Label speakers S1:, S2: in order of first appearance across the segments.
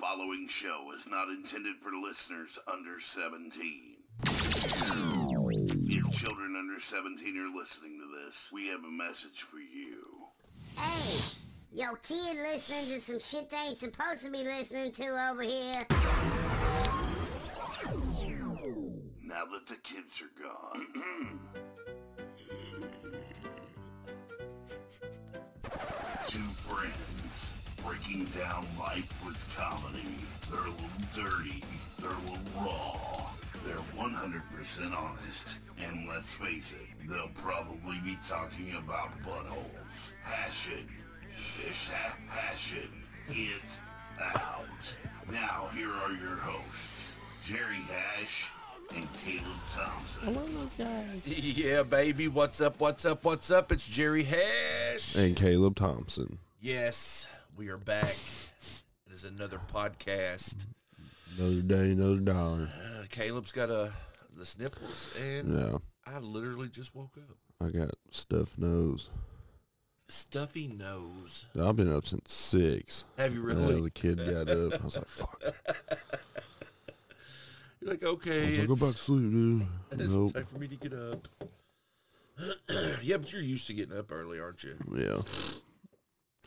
S1: following show is not intended for listeners under 17. If children under 17 are listening to this, we have a message for you.
S2: Hey, yo, kid listening to some shit they ain't supposed to be listening to over here.
S1: Now that the kids are gone. Two friends breaking down life with comedy. They're a little dirty, they're a little raw, they're 100% honest, and let's face it, they'll probably be talking about buttholes. Passion. It's ha- passion. It's out. Now, here are your hosts, Jerry Hash and Caleb Thompson.
S3: Yeah, baby. What's up? What's up? What's up? It's Jerry Hash.
S4: and Caleb Thompson.
S3: Yes, we are back. it is another podcast.
S4: Another day, another dollar.
S3: Uh, Caleb's got a the sniffles, and
S4: Yeah,
S3: I literally just woke up.
S4: I got stuffed nose.
S3: Stuffy nose.
S4: I've been up since six.
S3: Have you
S4: When I was
S3: really?
S4: a kid, got up. I was like, "Fuck."
S3: You're like,
S4: I
S3: okay,
S4: was like, "Go
S3: it's,
S4: back to sleep, dude."
S3: it's
S4: Nope.
S3: time for me to get up. yeah, but you're used to getting up early, aren't you?
S4: Yeah,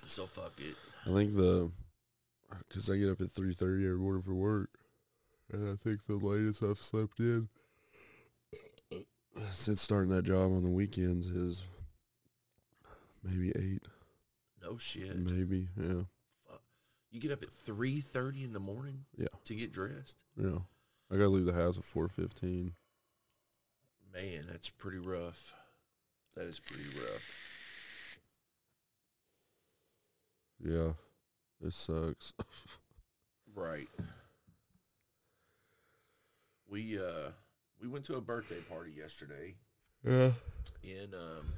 S3: So fuck it.
S4: I think the because I get up at three thirty every morning for work, and I think the latest I've slept in since starting that job on the weekends is maybe eight,
S3: No shit.
S4: maybe yeah,
S3: You get up at three thirty in the morning.
S4: Yeah.
S3: To get dressed.
S4: yeah. I gotta leave the house at four fifteen.
S3: Man, that's pretty rough. That is pretty rough.
S4: Yeah, this sucks.
S3: Right. We uh we went to a birthday party yesterday
S4: yeah.
S3: in um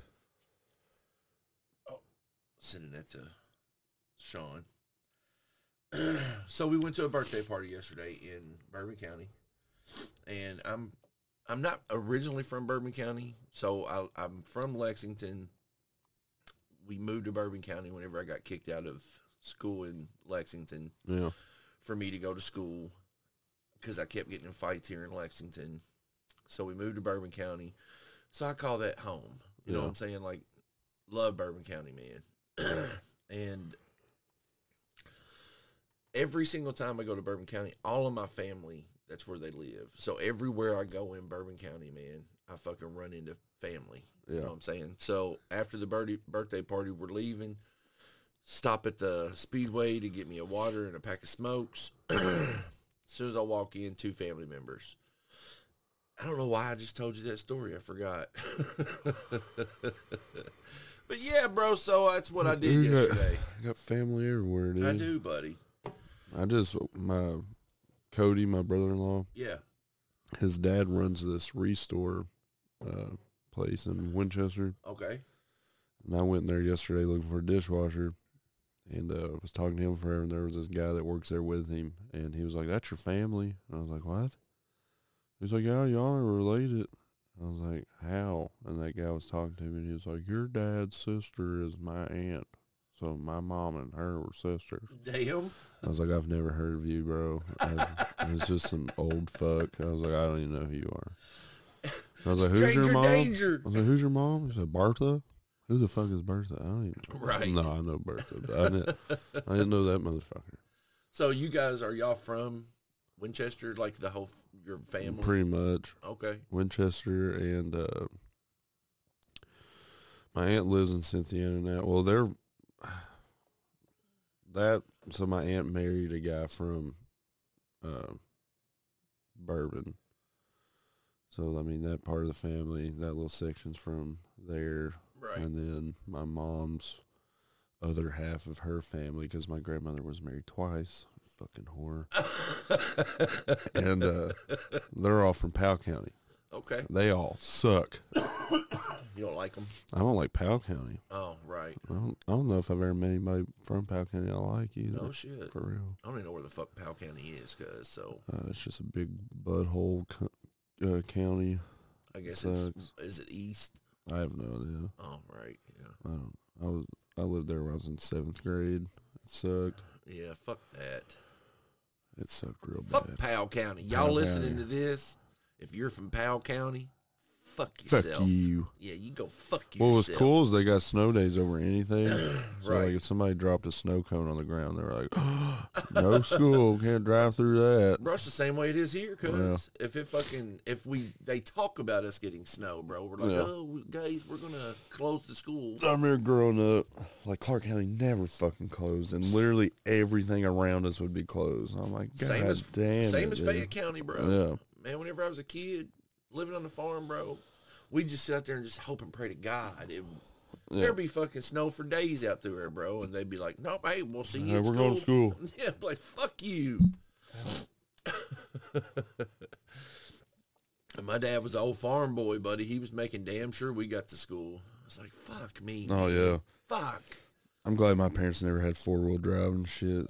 S3: oh sending that to Sean. so we went to a birthday party yesterday in Bourbon County. And I'm I'm not originally from Bourbon County, so I, I'm from Lexington. We moved to Bourbon County whenever I got kicked out of school in Lexington.
S4: Yeah.
S3: for me to go to school because I kept getting in fights here in Lexington. So we moved to Bourbon County. So I call that home. You know what
S4: Yeah.
S3: I'm saying? Like, love Bourbon County, man. and every single time I go to Bourbon County, all of my family, that's where they live. So everywhere I go in Bourbon County, man, I fucking run into family. You know
S4: Yeah.
S3: what I'm saying? So after the birthday birthday party, we're leaving. Stop at the speedway to get me a water and a pack of smokes. As soon as I walk in, two family members. I don't know why I just told you that story. I forgot. but yeah, bro. So that's what I did
S4: You got-
S3: yesterday.
S4: I got family everywhere, dude.
S3: I do, buddy.
S4: I just my Cody, my brother-in-law,
S3: Yeah.
S4: his dad runs this restore uh, place in Winchester,
S3: Okay.
S4: and I went there yesterday looking for a dishwasher, and uh, was talking to him forever. And there was this guy that works there with him, and he was like, "That's your family," and I was like, "What?" He was like, "Yeah, y'all are related." I was like, "How?" And that guy was talking to me, and he was like, "Your dad's sister is my aunt." So my mom and her were sisters.
S3: Damn.
S4: I was like, I've never heard of you, bro. I, it's just some old fuck. I was like, I don't even know who you are. I was like, who's
S3: Stranger
S4: your mom?
S3: danger.
S4: I was like, who's your mom? He said, Bertha. Who the fuck is Bertha? I don't even.
S3: Right.
S4: No, I know Bertha, but I didn't. I didn't know that motherfucker.
S3: So you guys are y'all from Winchester? Like the whole f- your family?
S4: Pretty much
S3: okay.
S4: Winchester and uh, my aunt lives in Cynthia now. Well, they're that. So my aunt married a guy from uh, Bourbon. So I mean that part of the family, that little section's from there,
S3: Right.
S4: and then my mom's other half of her family, because my grandmother was married twice. Fucking whore. and uh, they're all from Powell County.
S3: okay.
S4: They all suck.
S3: You don't like them?
S4: I don't like Powell County.
S3: Oh, right.
S4: I don't, I don't know if I've ever met anybody from Powell County I like either.
S3: No Oh, shit.
S4: For real.
S3: I don't even know where the fuck Powell County is, cause so
S4: Uh, it's just a big butthole co- uh, county.
S3: I guess it's
S4: Sucks.
S3: is it east?
S4: I have no idea.
S3: Oh, right. Yeah.
S4: I don't. I was. I lived there when I was in seventh grade. It sucked.
S3: Yeah. Fuck that.
S4: It sucked real
S3: Fuck
S4: bad.
S3: Powell County. Y'all
S4: Powell
S3: listening
S4: County.
S3: to this? If you're from Powell County, fuck
S4: Fuck
S3: yourself.
S4: you.
S3: Yeah, you go fuck yourself.
S4: What was cool is they got snow days over anything. So
S3: Right.
S4: like if somebody dropped a snow cone on the ground, they were like, "No school, can't drive through that."
S3: Bro, it's the same way it is here, cuz if it fucking if we they talk about us getting snow, bro, we're like,
S4: Yeah.
S3: oh we- guys, we're gonna close the school.
S4: I remember growing up, like Clark County never fucking closed, and literally everything around us would be closed. I'm like, God
S3: same as
S4: damn,
S3: same
S4: it,
S3: as
S4: dude."
S3: Fayette County, bro.
S4: Yeah,
S3: Man, whenever I was a kid living on the farm, bro, we just sit out there and just hope and pray to God. It,
S4: Yeah.
S3: There'd be fucking snow for days out there, bro, and they'd be like, "Nope, hey, we'll see you."
S4: Hey,
S3: at
S4: we're going to
S3: Yeah, I'm like fuck you. and my dad was an old farm boy, buddy. He was making damn sure we got to school. I was like, "Fuck me,
S4: oh yeah.
S3: fuck,
S4: I'm glad my parents never had four wheel drive and shit.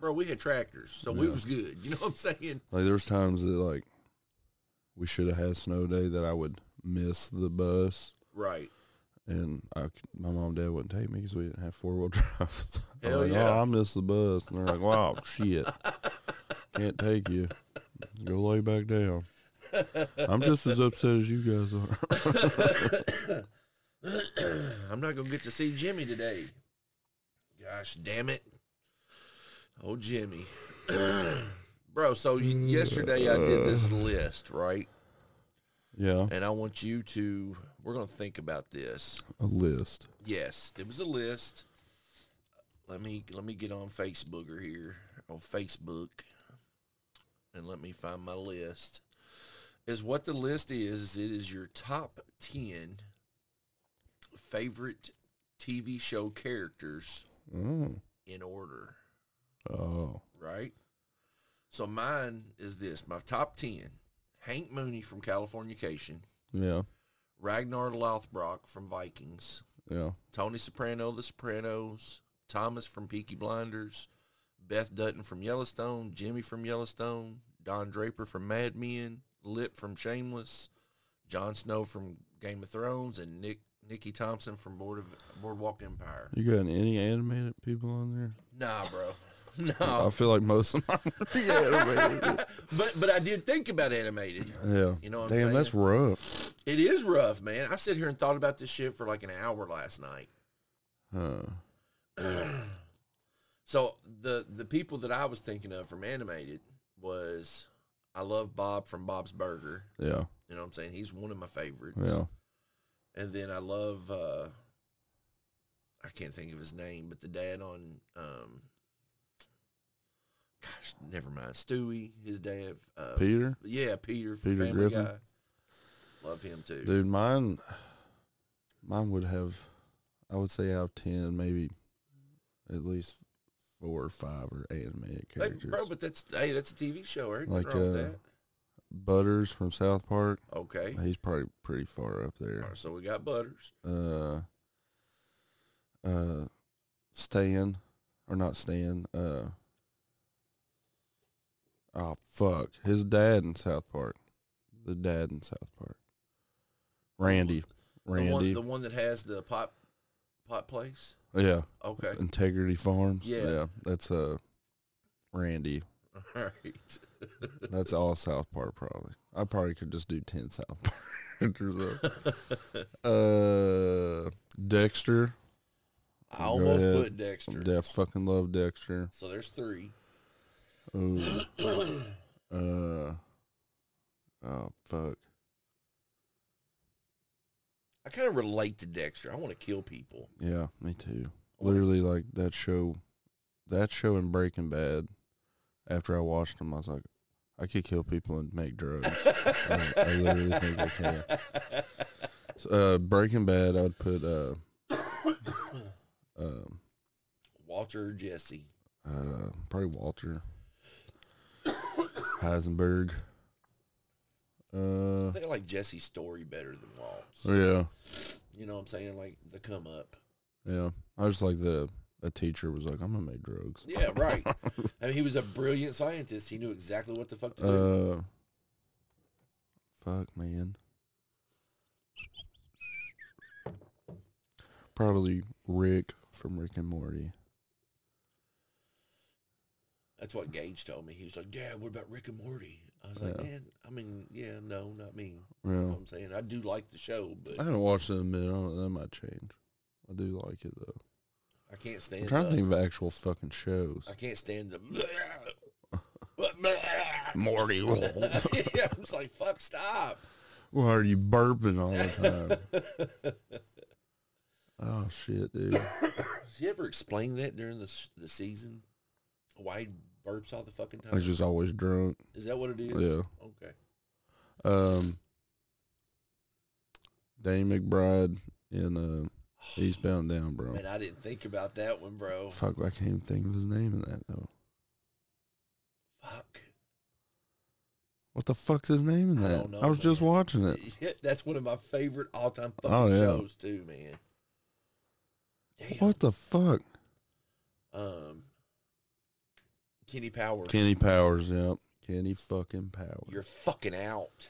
S3: bro." We had tractors, so we was good. You know what I'm saying?
S4: Like there was times that like we should have had snow day that I would miss the bus,
S3: Right.
S4: and I c my mom and dad wouldn't take me because we didn't have four wheel drive. I'm
S3: Hell
S4: like,
S3: yeah.
S4: Oh, I missed the bus, and they're like, "Wow, shit, can't take you. Go lay back down." I'm just as upset as you guys are.
S3: I'm not gonna get to see Jimmy today. Gosh damn it. Oh Jimmy. Bro, so y- yesterday I did this list, right?
S4: yeah,
S3: And I want you to we're gonna think about this.
S4: a list.
S3: Yes, it was a list. Let me let me get on Facebooker here on Facebook and let me find my list. Is what the list is, is it is your top ten favorite TV show characters
S4: Mm.
S3: in order,
S4: Oh,
S3: right? So mine is this, my top ten. Hank Mooney from Californication,
S4: yeah,
S3: Ragnar Lothbrok from Vikings,
S4: yeah.
S3: Tony Soprano, The Sopranos, Thomas from Peaky Blinders, Beth Dutton from Yellowstone, Jimmy from Yellowstone, Don Draper from Mad Men, Lip from Shameless, Jon Snow from Game of Thrones, and Nick Nikki Thompson from Board of Boardwalk Empire.
S4: You got any animated people on there?
S3: Nah, bro, no.
S4: I feel like most of them are pretty animated.
S3: But but I did think about animated.
S4: Yeah.
S3: You know what I'm
S4: Damn, that's rough.
S3: It is rough, man. I sit here and thought about this shit for like an hour last night.
S4: Huh.
S3: So the the people that I was thinking of from animated was I love Bob from Bob's Burger.
S4: Yeah.
S3: You know what I'm saying? He's one of my favorites.
S4: Yeah.
S3: And then I love uh I can't think of his name, but the dad on um gosh, never mind. Stewie, his dad uh
S4: Peter?
S3: Yeah, Peter from
S4: Peter
S3: Family
S4: Griffin?
S3: Guy. Love him too.
S4: Dude, mine mine would have I would say out of ten, maybe at least four or five are animated
S3: Hey,
S4: characters.
S3: bro, but that's hey, that's a TV show, right?
S4: Like,
S3: wrong with
S4: uh,
S3: that.
S4: Butters from South Park.
S3: Okay.
S4: He's probably pretty far up
S3: All
S4: there.
S3: right, so we got Butters.
S4: Uh uh Stan or not Stan, uh Oh fuck. His dad in South Park. The dad in South Park. Randy. Randy.
S3: The one, the one that has the pot, pot place.
S4: yeah.
S3: Okay.
S4: Integrity Farms.
S3: Yeah.
S4: that's uh, Randy.
S3: All right.
S4: That's all South Park probably. I probably could just do ten South Park. uh, Dexter.
S3: I almost
S4: ahead.
S3: put Dexter.
S4: I fucking love Dexter.
S3: so there's three.
S4: Ooh. uh, oh fuck.
S3: I kind of relate to Dexter. I want to kill people.
S4: Yeah, me too.
S3: I wanna-
S4: Literally, like that show. That show in Breaking Bad. After I watched them, I was like, I could kill people and make drugs. I, I literally think I can. So, uh, Breaking Bad, I would put uh, um,
S3: Walter or Jesse.
S4: uh, probably Walter Heisenberg.
S3: I
S4: Uh,
S3: think I like Jesse's story better than Walt's.
S4: yeah,
S3: You know what I'm saying? Like the come up.
S4: yeah. I just like the a teacher was like, I'm gonna make drugs.
S3: Yeah, right. I mean, he was a brilliant scientist. He knew exactly what the fuck to do.
S4: Uh, fuck, man. Probably Rick from Rick and Morty.
S3: That's what Gage told me. He was like, Dad, what about Rick and Morty? I was like,
S4: Yeah.
S3: Dad, I mean, yeah, no, not me. You know
S4: Yeah.
S3: what I'm saying? I do like the show, but
S4: I haven't watched it in a minute. I don't, that might change. I do like it though.
S3: I can't
S4: I'm
S3: stand
S4: trying to
S3: the-
S4: think of actual fucking shows.
S3: I can't stand the
S4: Morty, why
S3: yeah, I was like, fuck, stop.
S4: are you burping all the time? oh shit, dude.
S3: Does he ever explain that during the s- the season? Why he burps all the fucking time?
S4: He's just always drunk.
S3: is that what it is?
S4: Yeah.
S3: Okay.
S4: Um, Dane McBride in uh, Eastbound and Down, bro.
S3: Man, I didn't think about that one, bro.
S4: Fuck, I can't even think of his name in that though.
S3: Fuck.
S4: What the fuck's his name in
S3: I
S4: that? I,
S3: don't know,
S4: was just
S3: man.
S4: watching it.
S3: Yeah, That's one of my favorite all time fucking
S4: Oh, yeah.
S3: shows too, man. Damn.
S4: What the fuck?
S3: Um Kenny Powers.
S4: Kenny Powers, yep. Kenny fucking Powers.
S3: You're fucking out.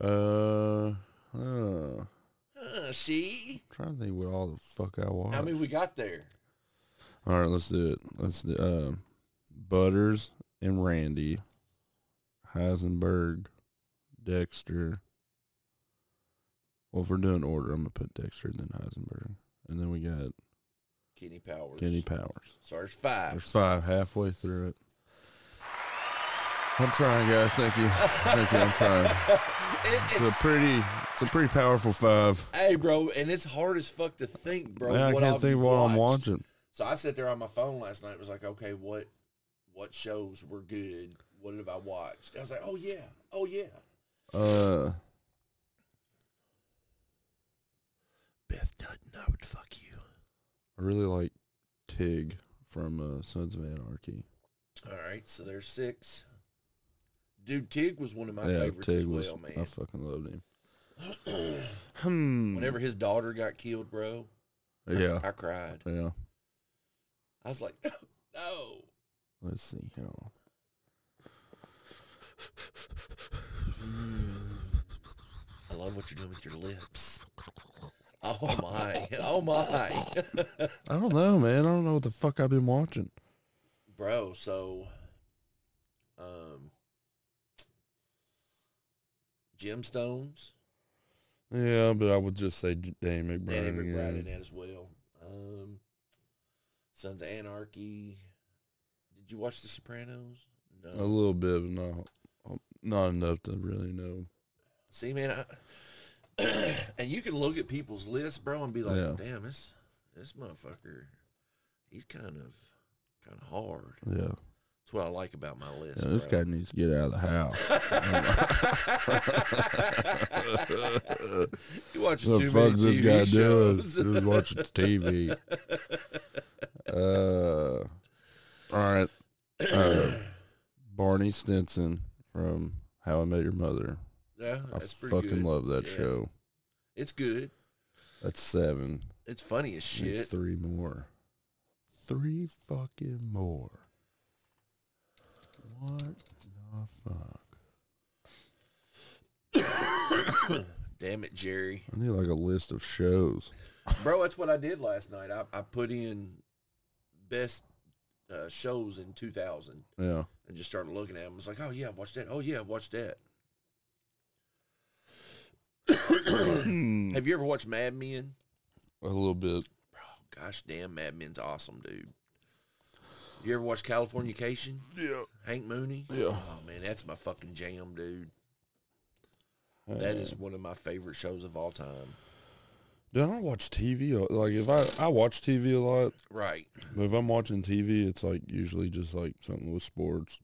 S4: Uh, uh,
S3: Uh, see?
S4: trying to think what all the fuck I watched.
S3: How many we got there?
S4: all right, let's do it. Let's do uh, Butters and Randy, Heisenberg, Dexter. Well, if we're doing order, I'm gonna put Dexter then Heisenberg, and then we got
S3: Kenny Powers.
S4: Kenny Powers.
S3: Sarge five.
S4: There's five halfway through it. I'm trying, guys. Thank you. Thank you. I'm trying.
S3: It-
S4: It's a
S3: it's-
S4: pretty, it's a pretty powerful five.
S3: hey, bro, and it's hard as fuck to think, bro.
S4: Yeah, I
S3: what all
S4: can't think
S3: you've
S4: of what I'm
S3: watched.
S4: watching.
S3: So I sat there on my phone last night. Was like, okay, what, what shows were good? What have I watched? I was like, oh yeah, oh yeah.
S4: Uh,
S3: Beth Dutton, I would fuck you.
S4: I really like Tig from uh, Sons of Anarchy.
S3: All right, so there's six. Dude, Tig was one of my
S4: yeah,
S3: favorites
S4: Tig
S3: as well,
S4: was. I
S3: man.
S4: fucking loved him. Hmm.
S3: Whenever his daughter got killed, bro,
S4: Yeah.
S3: I cried.
S4: Yeah.
S3: I was like, no, no.
S4: Let's see how.
S3: I love what you're doing with your lips. Oh my, oh my.
S4: I don't know, man. I don't know what the fuck I've been watching.
S3: bro so um gemstones
S4: Yeah, but I would just say J- Danny McBride.
S3: danny mcbride in
S4: again.
S3: that as well um sons of anarchy did you watch the sopranos
S4: A
S3: no
S4: little bit, but not not enough to really know.
S3: see man I, and you can look at people's lists bro and be like
S4: Yeah.
S3: damn this this motherfucker he's kind of kind of hard
S4: Yeah,
S3: that's what i like about my list
S4: yeah this
S3: bro.
S4: guy needs to get out of the house.
S3: he watches
S4: the
S3: too many
S4: fuck this
S3: TV
S4: guy
S3: shows.
S4: doing? Just watching TV. Uh, all right. Uh, Barney Stinson from How I Met Your Mother.
S3: Yeah,
S4: I
S3: that's pretty
S4: fucking
S3: good.
S4: love that
S3: Yeah.
S4: show.
S3: It's good.
S4: That's seven.
S3: It's funny as
S4: There's
S3: shit.
S4: Three more. Three fucking more. What the fuck?
S3: Damn it, Jerry,
S4: I need like a list of shows.
S3: bro. That's what I did last night. I, I put in best uh, shows in 2000
S4: Yeah.
S3: and just started looking at them. It's like, oh yeah, I've watched that. Oh yeah, I've watched that.
S4: Mm.
S3: Have you ever watched Mad Men?
S4: A little bit.
S3: Oh, gosh damn, Mad Men's awesome, dude. You ever watch Californication?
S4: Yeah.
S3: Hank Mooney?
S4: Yeah.
S3: Oh man, that's my fucking jam, dude. That is one of my favorite shows of all time.
S4: Dude, I don't watch TV. a- Like if I I watch TV a lot,
S3: Right.
S4: but if I'm watching TV, it's like usually just like something with sports.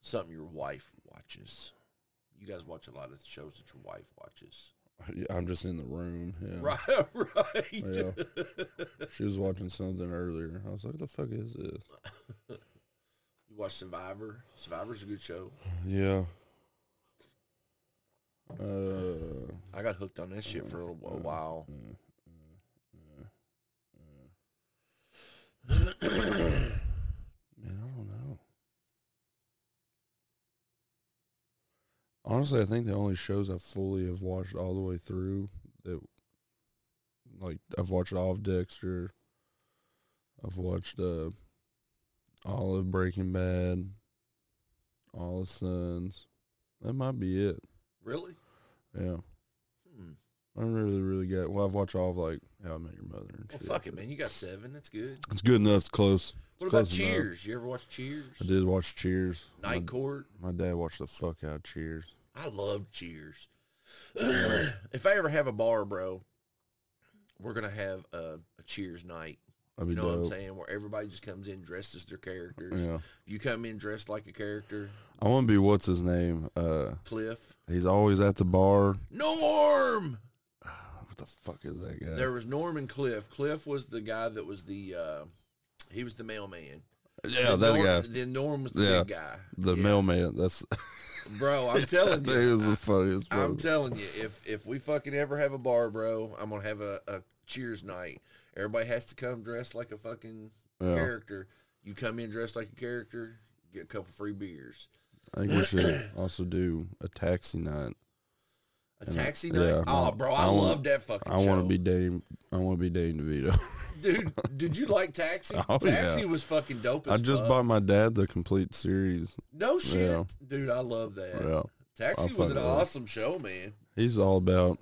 S3: Something your wife watches. You guys watch a lot of shows that your wife watches.
S4: Yeah, I'm just in the room. Yeah.
S3: Right, right.
S4: Yeah. she was watching something earlier. I was like, "What the fuck is this?"
S3: You watch Survivor. Survivor's a good show.
S4: Yeah. Uh. mm,
S3: I got hooked on that shit for a, a
S4: Mm-hmm.
S3: while.
S4: Mm-hmm. Man, I don't know. Honestly, I think the only shows I fully have watched all the way through that, like, I've watched all of Dexter. I've watched uh, all of Breaking Bad, all of Sons. That might be it.
S3: Really?
S4: Yeah.
S3: Hmm.
S4: I really, really got. Well, I've watched all of like How I Met Your Mother and
S3: Well,
S4: shit.
S3: fuck it, man. You got seven. That's good.
S4: It's good enough. It's close.
S3: What
S4: It's
S3: about
S4: close enough.
S3: Cheers? You ever watch Cheers?
S4: I did watch Cheers.
S3: Night Court.
S4: My, my dad watched the fuck out of Cheers.
S3: I love Cheers. if I ever have a bar, bro, we're gonna have a, a Cheers night.
S4: I
S3: You
S4: mean,
S3: know what I'm saying? Where everybody just comes in dressed as their characters.
S4: Yeah.
S3: You come in dressed like a character.
S4: I want to be what's his name. Uh,
S3: Cliff.
S4: he's always at the bar.
S3: Norm.
S4: What the fuck is that guy?
S3: There was Norm and Cliff. Cliff was the guy that was the uh, he was the mailman.
S4: yeah,
S3: Then
S4: that
S3: Norm,
S4: guy,
S3: Then Norm was the
S4: Yeah.
S3: big guy.
S4: the
S3: Yeah.
S4: mailman. That's
S3: Bro, I'm telling
S4: that
S3: you.
S4: is the funniest.
S3: I'm
S4: one.
S3: telling you, if if we fucking ever have a bar, bro, I'm gonna have a, a cheers night. Everybody has to come dressed like a fucking
S4: yeah,
S3: character. You come in dressed like a character, get a couple free beers.
S4: I think we should also do a taxi night.
S3: A
S4: And, uh,
S3: taxi night.
S4: yeah,
S3: oh,
S4: no,
S3: bro, I,
S4: I wanna-
S3: love that fucking.
S4: I want
S3: show.
S4: to be Dame. I want to be Dame DeVito.
S3: dude. Did you like Taxi?
S4: Oh, yeah.
S3: taxi was fucking dope.
S4: I
S3: As
S4: just
S3: fuck.
S4: bought my dad the complete series.
S3: No shit,
S4: Yeah.
S3: dude. I love that.
S4: Yeah, I
S3: Taxi was
S4: fucking
S3: an
S4: love it.
S3: awesome show, man.
S4: he's all about.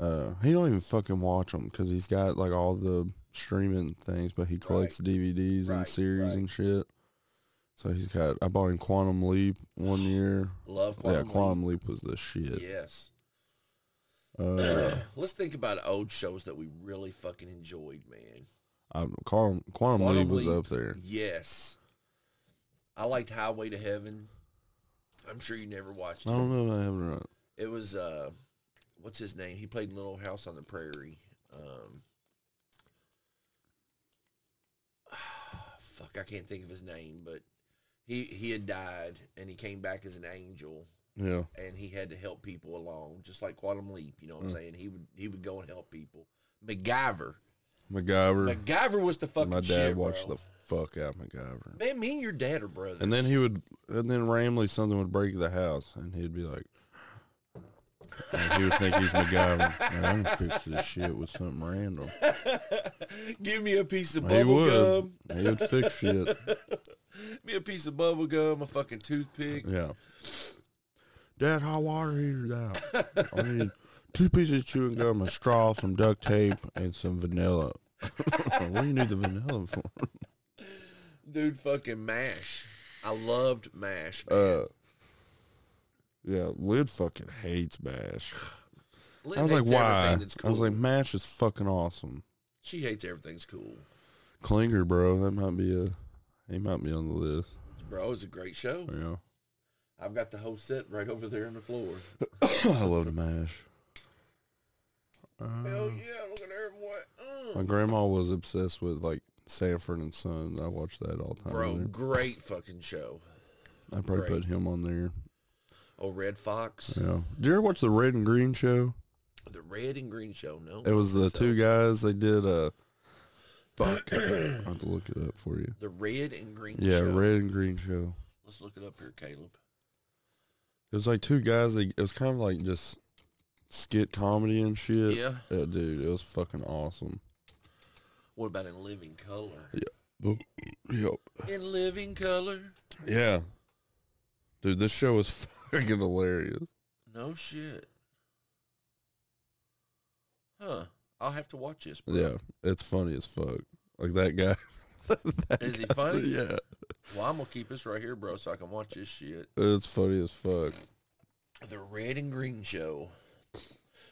S4: Uh, he don't even fucking watch them because he's got like all the streaming things, but he collects DVDs
S3: Right,
S4: and series
S3: right.
S4: and shit. So he's got. I bought him Quantum Leap one year.
S3: Love Quantum.
S4: yeah,
S3: Leap.
S4: Quantum Leap was the shit.
S3: Yes.
S4: Uh,
S3: Let's think about old shows that we really fucking enjoyed, man.
S4: I, Quantum, Quantum
S3: Quantum
S4: Leap was
S3: Leap.
S4: up there.
S3: Yes. I liked Highway to Heaven. I'm sure you never watched
S4: I
S3: it.
S4: don't know if I have it or not.
S3: It was uh what's his name? He played in Little House on the Prairie. Um fuck, I can't think of his name, but he he had died and he came back as an angel
S4: Yeah,
S3: and he had to help people along, just like Quantum Leap, you know what
S4: Mm.
S3: I'm saying? He would he would go and help people. MacGyver.
S4: MacGyver.
S3: MacGyver was the fucking
S4: my dad
S3: shit,
S4: watched
S3: bro.
S4: the fuck out of MacGyver.
S3: Man, me and your dad are brothers.
S4: And then he would, and then randomly something would break the house, and he'd be like, and he would think he's MacGyver. Man, I'm gonna fix this shit with something random.
S3: Give me a piece of
S4: he
S3: bubble
S4: would,
S3: gum.
S4: he would fix shit.
S3: Give me a piece of bubble gum, a fucking toothpick.
S4: Yeah. Dad, hot water heater's out. I need two pieces of chewing gum, a straw, some duct tape, and some vanilla. what do you need the vanilla for?
S3: Dude, fucking MASH. I loved MASH, man.
S4: Uh, yeah, Lid fucking hates MASH.
S3: Lynn
S4: I was like,
S3: hates everything
S4: why?
S3: That's
S4: I was
S3: cool.
S4: like, MASH is fucking awesome.
S3: she hates everything's cool.
S4: Klinger, bro, that might be a, he might be on the list.
S3: Bro, it's a great show.
S4: Yeah,
S3: I've got the whole set right over there on the floor.
S4: I love the MASH. Uh, Uh-huh.
S3: Hell yeah, look at everyone. Mm.
S4: My grandma was obsessed with like Sanford and Son. I watched that all the time.
S3: Bro,
S4: There.
S3: great fucking show.
S4: I'd probably
S3: great.
S4: put him on there.
S3: Oh, Red Fox.
S4: Yeah. Did you ever watch the Red and Green show?
S3: The Red and Green Show, no?
S4: It was the
S3: So-
S4: two guys. They did a. Fuck. I have to look it up for you.
S3: The Red and Green
S4: Yeah,
S3: Show.
S4: Red and Green show.
S3: Let's look it up here, Caleb.
S4: It was like two guys. They, it was kind of like just skit comedy and shit.
S3: Yeah.
S4: dude, it was fucking awesome.
S3: What about in living color?
S4: Yep.
S3: In living color?
S4: Yeah. Dude, this show was fucking hilarious.
S3: No shit. Huh. I'll have to watch this. Bro.
S4: Yeah, it's funny as fuck. Like that guy. that
S3: Is he
S4: guy-
S3: funny?
S4: Yeah.
S3: Well, I'm gonna keep this right here, bro, so I can watch this shit.
S4: It's funny as fuck.
S3: The Red and Green Show.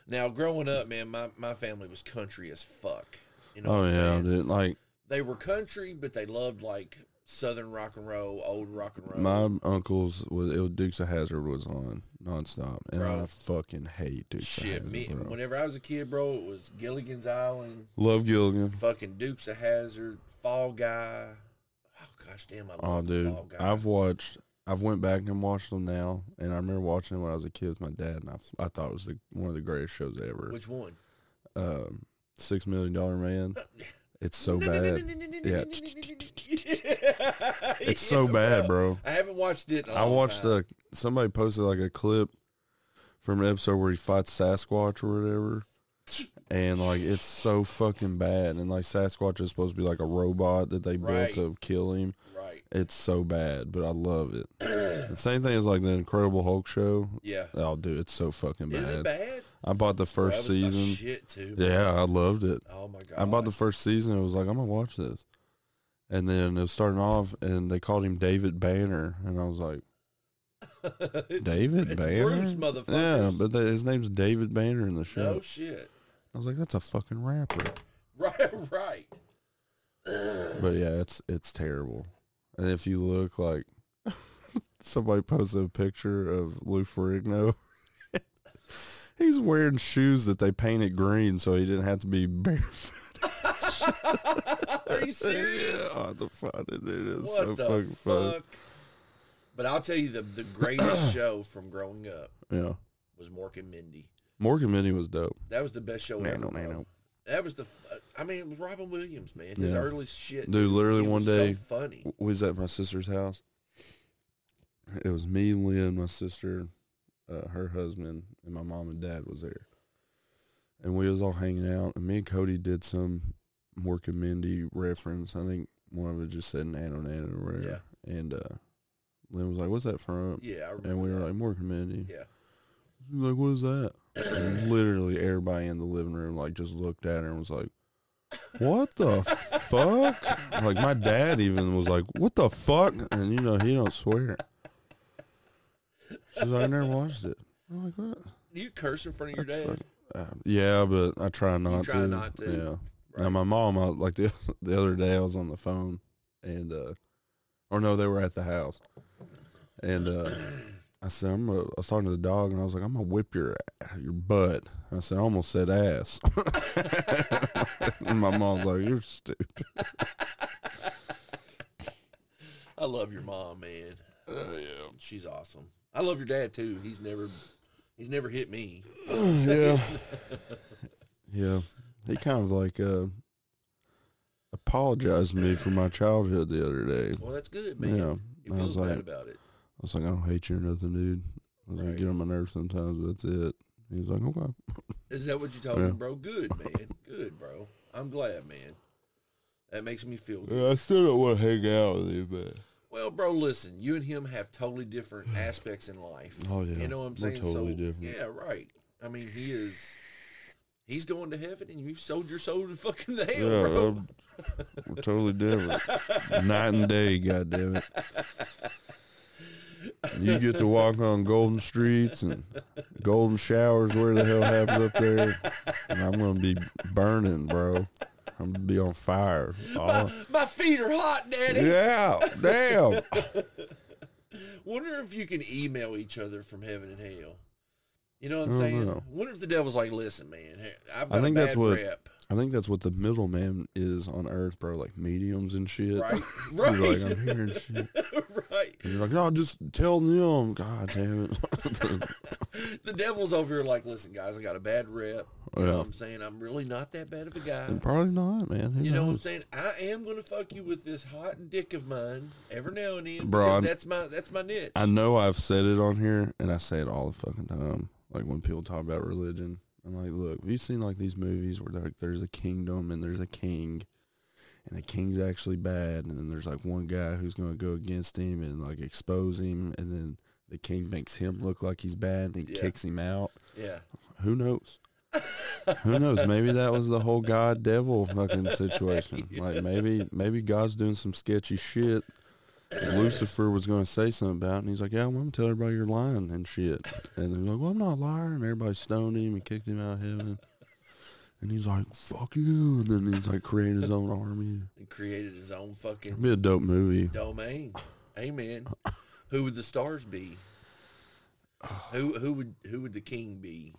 S3: Now, growing up, man, my, my family was country as fuck. You know
S4: Oh
S3: what I'm
S4: yeah,
S3: saying?
S4: dude. Like
S3: They were country, but they loved like southern rock and roll, old rock and roll.
S4: my uncle's was it was Dukes of Hazard was on nonstop, and
S3: Bro.
S4: I fucking hate Dukes
S3: shit,
S4: of Hazzard.
S3: me.
S4: bro.
S3: Whenever I was a kid, bro, it was Gilligan's Island,
S4: Love Gilligan.
S3: fucking Dukes of Hazard, Fall Guy. Oh gosh, damn, I love
S4: Oh, dude,
S3: Fall Guy.
S4: I've watched. I've went back and watched them now, and I remember watching them when I was a kid with my dad, and I, f- I thought it was the, one of the greatest shows ever.
S3: Which one?
S4: um, Six Million Dollar Man. It's so bad. Yeah. It's so
S3: Yeah,
S4: bad, bro.
S3: I haven't watched it. in a
S4: I
S3: long
S4: watched
S3: time.
S4: a somebody posted like a clip from an episode where he fights Sasquatch or whatever, and like it's so fucking bad. And like Sasquatch is supposed to be like a robot that they
S3: Right.
S4: built to kill him,
S3: right.
S4: It's so bad, but I love it. the same thing as like the Incredible Hulk show.
S3: Yeah.
S4: Oh, dude, it's so fucking
S3: Is it
S4: bad.
S3: bad?
S4: I bought the
S3: Bro,
S4: first
S3: that was my
S4: season.
S3: Shit too. man.
S4: Yeah, I loved it.
S3: Oh my god.
S4: I bought the first season. I was like, I'm gonna watch this, and then it was starting off, and they called him David Banner, and I was like,
S3: It's-
S4: David
S3: it's
S4: Banner,
S3: Bruce, motherfucker.
S4: Yeah, but the, his name's David Banner in the show.
S3: No shit.
S4: I was like, that's a fucking rapper.
S3: Right, right.
S4: But yeah, it's it's terrible. And if you look like somebody posted a picture of Lou Ferrigno. He's wearing shoes that they painted green, so he didn't have to be barefoot.
S3: Are you serious?
S4: Yeah, I have to find it. Oh, Dude, it's
S3: What
S4: so
S3: the
S4: fucking
S3: fuck?
S4: funny.
S3: But I'll tell you the the greatest show from growing up
S4: Yeah,
S3: was Mork and Mindy.
S4: Morgan Minnie was dope.
S3: That was the best show
S4: No,
S3: ever.
S4: Oh, no, no,
S3: bro.
S4: no.
S3: That was the. f- uh, I mean, it was Robin Williams, man. His
S4: Yeah.
S3: early shit.
S4: Dude, literally
S3: he
S4: one
S3: was so
S4: day-
S3: funny.
S4: w- was at my sister's house. It was me, Lynn, my sister, uh, her husband, and my mom and dad was there. And we was all hanging out, and me and Cody did some Mork and Mindy reference. I think one of it just said Nano Nano or whatever. And uh, Lynn was like, what's that from?
S3: Yeah, I remember.
S4: And we were
S3: that.
S4: like, Mork and Mindy.
S3: yeah.
S4: She was like, what is that? And literally everybody in the living room like just looked at her and was like, what the fuck? Like my dad even was like, what the fuck? And you know he don't swear. She's like, I never watched it. I'm like, what?
S3: Do you curse in front of your
S4: That's
S3: dad?
S4: fuck- Uh, yeah, but I try not
S3: try
S4: to.
S3: not to,
S4: Yeah. Now
S3: right.
S4: my mom, I, like the the other day, I was on the phone, and uh, or no, they were at the house, and uh, I said, I'm. Gonna, I was talking to the dog, and I was like, I'm gonna whip your your butt. I said, I almost said ass. and my mom's like, you're stupid.
S3: I love your mom, man.
S4: Oh,
S3: She's awesome. I love your dad too. He's never, he's never hit me.
S4: yeah. Yeah. He kind of like uh apologized to me for my childhood the other day.
S3: Well, that's good, man.
S4: Yeah.
S3: He
S4: I
S3: feels
S4: was like-
S3: bad about it.
S4: I was like, I don't hate you or nothing, dude. I was
S3: Right.
S4: like, get on my nerves sometimes, but that's it. He was like, okay.
S3: Is that what you told
S4: Yeah.
S3: him, bro? Good, man. Good, bro. I'm glad, man. That makes me feel good.
S4: I still don't want to hang out with you, but
S3: Well, bro, listen, you and him have totally different aspects in life.
S4: Oh, yeah.
S3: You know what I'm
S4: We're
S3: saying?
S4: totally
S3: so,
S4: different.
S3: Yeah, right. I mean, he is, he's going to heaven and you've sold your soul to fucking hell,
S4: yeah, um,
S3: bro.
S4: I'm- we're totally different. Night and day, goddammit. You get to walk on golden streets and golden showers, where the hell happened up there? And I'm gonna be burning, bro. I'm gonna be on fire. Oh,
S3: My feet are hot, daddy.
S4: yeah, damn.
S3: Wonder if you can email each other from heaven and hell. You know what I'm
S4: I don't
S3: saying?
S4: know.
S3: Wonder if the devil's like, listen, man, hey, I've got
S4: think
S3: a bad
S4: that's what-
S3: rep.
S4: I think that's what the middleman is on Earth, bro. Like mediums and shit.
S3: Right,
S4: You're like,
S3: right,
S4: I'm here and shit.
S3: right.
S4: And you're like, no, just tell them. God damn it.
S3: The devil's over here like, listen, guys, I got a bad rep. You know
S4: Yeah.
S3: what I'm saying? I'm really not that bad of a guy.
S4: Probably not, man. Who
S3: You know what I'm
S4: knows?
S3: saying? I am gonna fuck you with this hot dick of mine every now and then.
S4: Bro,
S3: because
S4: I'm-
S3: that's my that's my niche.
S4: I know I've said it on here, and I say it all the fucking time. Like when people talk about religion, I'm like, look, have you seen like these movies where like there's a kingdom and there's a king, and the king's actually bad, and then there's like one guy who's gonna go against him and like expose him, and then the king makes him look like he's bad and he
S3: Yeah.
S4: kicks him out.
S3: yeah,
S4: Who knows? Who knows? Maybe that was the whole God devil fucking situation. Like maybe maybe God's doing some sketchy shit. and Lucifer was going to say something about, it, and he's like, "Yeah, well, I'm going to tell everybody you're lying and shit." And they're like, "Well, I'm not a liar." And everybody stoned him and kicked him out of heaven. And he's like, "Fuck you!" And then he's like, creating his own army.
S3: he created his own fucking
S4: It'd be a dope movie.
S3: domain. Amen. Who would the stars be? Who who would who would the king be?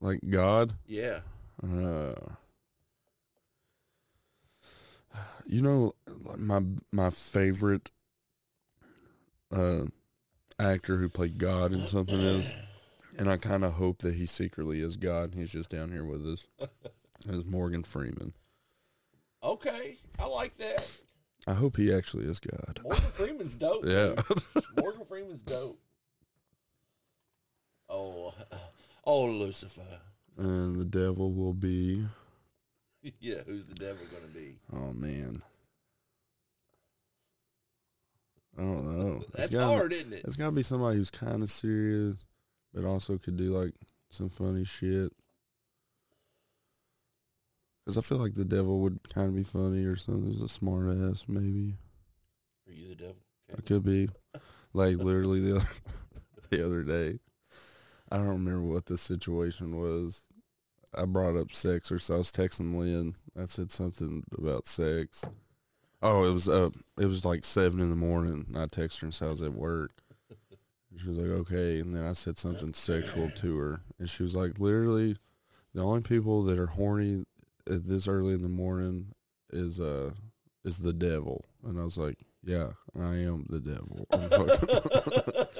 S4: Like God.
S3: Yeah,
S4: Uh, you know, like my my favorite uh, actor who played God in something is, and I kind of hope that he secretly is God. and He's just down here with us. Is Morgan Freeman?
S3: okay, I like that.
S4: I hope he actually is God.
S3: Morgan Freeman's dope.
S4: Yeah,
S3: dude. Morgan Freeman's dope. Oh, oh, Lucifer.
S4: and the devil will be.
S3: Yeah, who's the devil gonna be?
S4: Oh man, I don't know. It's
S3: That's
S4: gotta-
S3: hard, isn't it?
S4: It's gotta be somebody who's kind of serious, but also could do like some funny shit. Cause I feel like the devil would kind of be funny or something. He's a smart ass, maybe.
S3: Are you the devil?
S4: I could be. Like literally the other, the other day, I don't remember what the situation was. I brought up sex, or so I was texting Lynn. I said something about sex. Oh, it was uh, it was like seven in the morning. And I texted her and said I was at work. And she was like, okay. And then I said something sexual to her, and she was like, literally, the only people that are horny at this early in the morning is uh is the devil. And I was like, yeah, I am the devil. I'm fucking-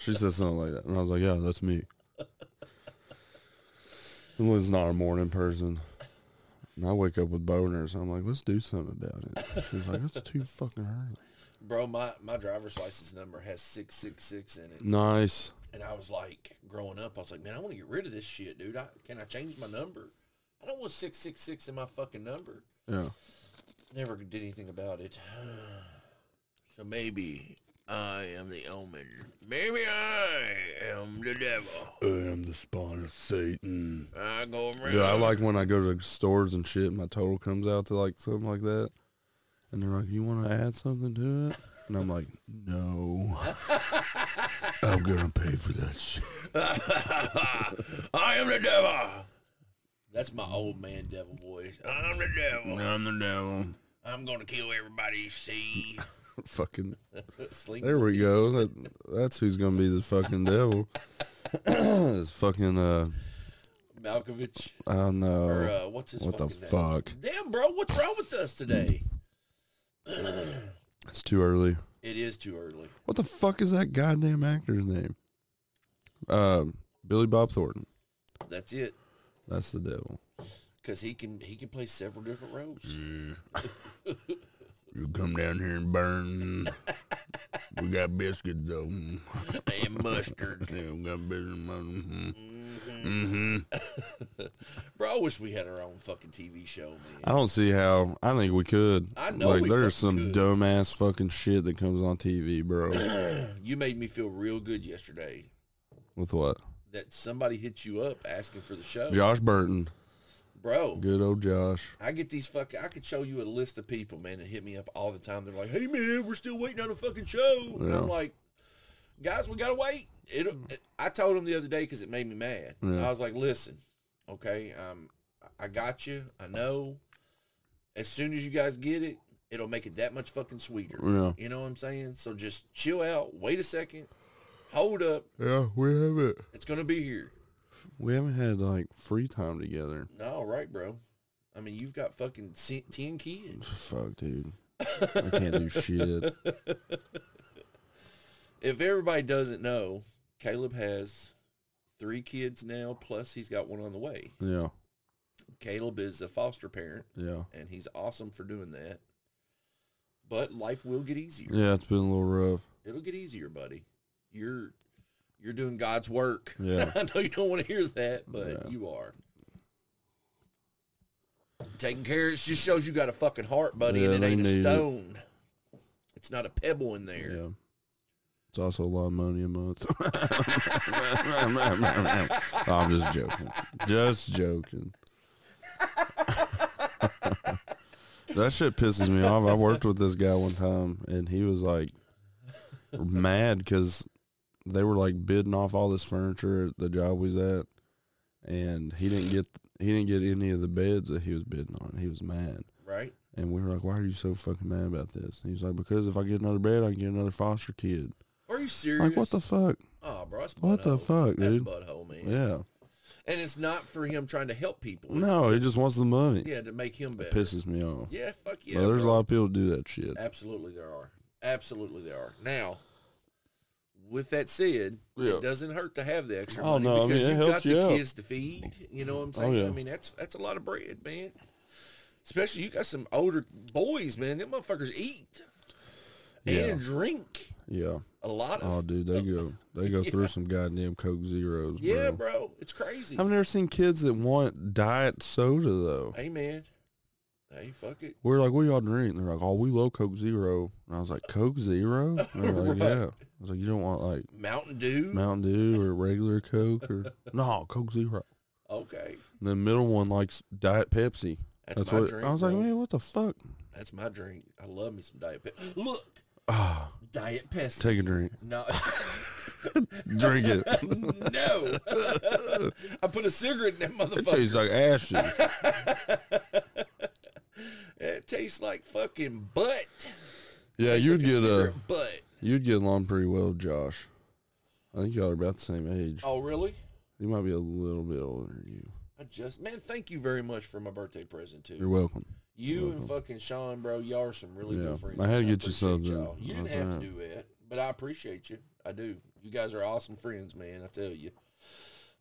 S4: she said something like that. And I was like, yeah, that's me. And Lynn's not a morning person. And I wake up with boners. I'm like, let's do something about it. She was like, that's too fucking early.
S3: Bro, my, my driver's license number has 666 in it.
S4: Nice.
S3: And I was like, growing up, I was like, man, I want to get rid of this shit, dude. I, can I change my number? I don't want 666 in my fucking number.
S4: Yeah.
S3: Never did anything about it. So maybe I am the omen. Maybe I am the devil.
S1: I am the spawn of Satan.
S3: I go around.
S4: Dude, I like when I go to stores and shit, and my total comes out to like something like that. And they're like, you want to add something to it? And I'm like,
S1: No. I'm gonna pay for that shit.
S3: I am the devil. That's my old man devil voice. I'm the devil.
S1: I'm the devil.
S3: I'm gonna kill everybody you see.
S4: fucking
S3: Sleep.
S4: There we go. That, that's who's gonna be the fucking devil. it's fucking uh,
S3: Malkovich.
S4: I don't know.
S3: Or uh, what's his
S4: Oh, what the
S3: fucking name?
S4: fuck? Mm.
S3: Damn, bro, what's wrong with us today?
S4: It's too early.
S3: It is too early.
S4: What the fuck is that goddamn actor's name? Uh, Billy Bob Thornton.
S3: That's it.
S4: That's the devil.
S3: Cause he can he can play several different roles.
S1: You come down here and burn. we got biscuits though.
S4: Mm.
S3: and mustard.
S1: Yeah, we got biscuits. Mm-hmm.
S3: Bro, I wish we had our own fucking TV show, man.
S4: I don't see how. I think we could.
S3: I know
S4: Like
S3: we
S4: there's some
S3: fucking could.
S4: dumbass fucking shit that comes on TV, bro.
S3: You made me feel real good yesterday
S4: With what?
S3: that somebody hit you up asking for the show.
S4: Josh Burton.
S3: Bro,
S4: Good old Josh.
S3: I get these fucking. I could show you a list of people, man, that hit me up all the time. They're like, "Hey, man, we're still waiting on a fucking show." And
S4: Yeah.
S3: I'm like, "Guys, we gotta wait." It. I told them the other day because it made me mad.
S4: Yeah.
S3: I was like, "Listen, okay, um, I got you. I know. As soon as you guys get it, it'll make it that much fucking sweeter.
S4: Yeah.
S3: You know what I'm saying? So just chill out. Wait a second. Hold up.
S4: Yeah, we have it.
S3: It's gonna be here.
S4: We haven't had like free time together.
S3: No, right, bro. I mean, you've got fucking se- ten kids."
S4: Fuck, dude. I can't do shit.
S3: if everybody doesn't know, Caleb has three kids now, plus he's got one on the way.
S4: Yeah,
S3: Caleb is a foster parent,
S4: yeah,
S3: and he's awesome for doing that. But life will get easier.
S4: yeah. It's been a little rough.
S3: It'll get easier, buddy. You're you're doing God's work.
S4: Yeah.
S3: I know you don't want to hear that, but
S4: Yeah.
S3: you are. Taking care of it just shows you got a fucking heart, buddy,
S4: Yeah,
S3: and it
S4: they
S3: ain't
S4: need
S3: a
S4: it.
S3: stone. It's not a pebble in there.
S4: Yeah, it's also a lot of money a month. I'm just joking. Just joking. that shit pisses me off. I worked with this guy one time, and he was like mad because they were like bidding off all this furniture at the job we was at, and he didn't get he didn't get any of the beds that he was bidding on. He was mad.
S3: Right?
S4: And we were like, why are you so fucking mad about this? And he's like, because if I get another bed, I can get another foster kid.
S3: Are you serious?
S4: I'm like, what the fuck?
S3: Oh, bro, that's
S4: What the
S3: butthole.
S4: fuck,
S3: That's
S4: dude?
S3: butthole, man.
S4: Yeah.
S3: And it's not for him trying to help people. It's-
S4: No, he just wants the money.
S3: yeah, to make him better.
S4: Pisses me off.
S3: Yeah, fuck yeah.
S4: But there's a
S3: bro.
S4: lot of people that do that shit.
S3: Absolutely, there are. Absolutely, there are. Now, with that said,
S4: Yeah.
S3: it doesn't hurt to have the extra
S4: Oh,
S3: money
S4: no, I
S3: because
S4: mean, it
S3: you've
S4: helps
S3: got
S4: you
S3: the
S4: out. Oh,
S3: kids to feed. You know what I'm saying?
S4: yeah.
S3: I mean, that's that's a lot of bread, man. Especially you got some older boys, man. Them motherfuckers eat
S4: Yeah.
S3: and drink
S4: Yeah.
S3: a lot of.
S4: Oh, dude, they go they go through some goddamn Coke Zeros, bro.
S3: yeah, bro, it's crazy.
S4: I've never seen kids that want diet soda though.
S3: Hey man, Hey, fuck it.
S4: We were like, what y'all drink? And they're like, oh, we love Coke Zero. And I was like, Coke Zero? And they're like,
S3: Right.
S4: yeah. I was like, you don't want like
S3: Mountain Dew.
S4: Mountain Dew or regular Coke or no Coke Zero.
S3: okay,
S4: And the middle one likes Diet Pepsi.
S3: that's,
S4: That's,
S3: my
S4: what
S3: drink.
S4: I was like,
S3: bro.
S4: man, what the fuck?
S3: That's my drink. I love me some Diet Pepsi. Look,
S4: Ah,
S3: Diet Pepsi.
S4: take a drink.
S3: no.
S4: Drink it.
S3: no. I put a cigarette in that
S4: It
S3: motherfucker.
S4: tastes like ashes.
S3: It tastes like fucking butt.
S4: Yeah, you'd get a
S3: Cigarette butt.
S4: you'd get along pretty well, with Josh. I think y'all are about the same age.
S3: Oh, really?
S4: You might be a little bit older than you.
S3: I just, man, thank you very much for my birthday present, too.
S4: You're welcome.
S3: You and fucking Sean, bro, y'all are some really
S4: Mm-hmm. Yeah,
S3: good friends.
S4: I had to get you
S3: appreciate
S4: something.
S3: y'all. You didn't
S4: That's
S3: have to
S4: right.
S3: do it, but I appreciate you. I do. You guys are awesome friends, man. I tell you,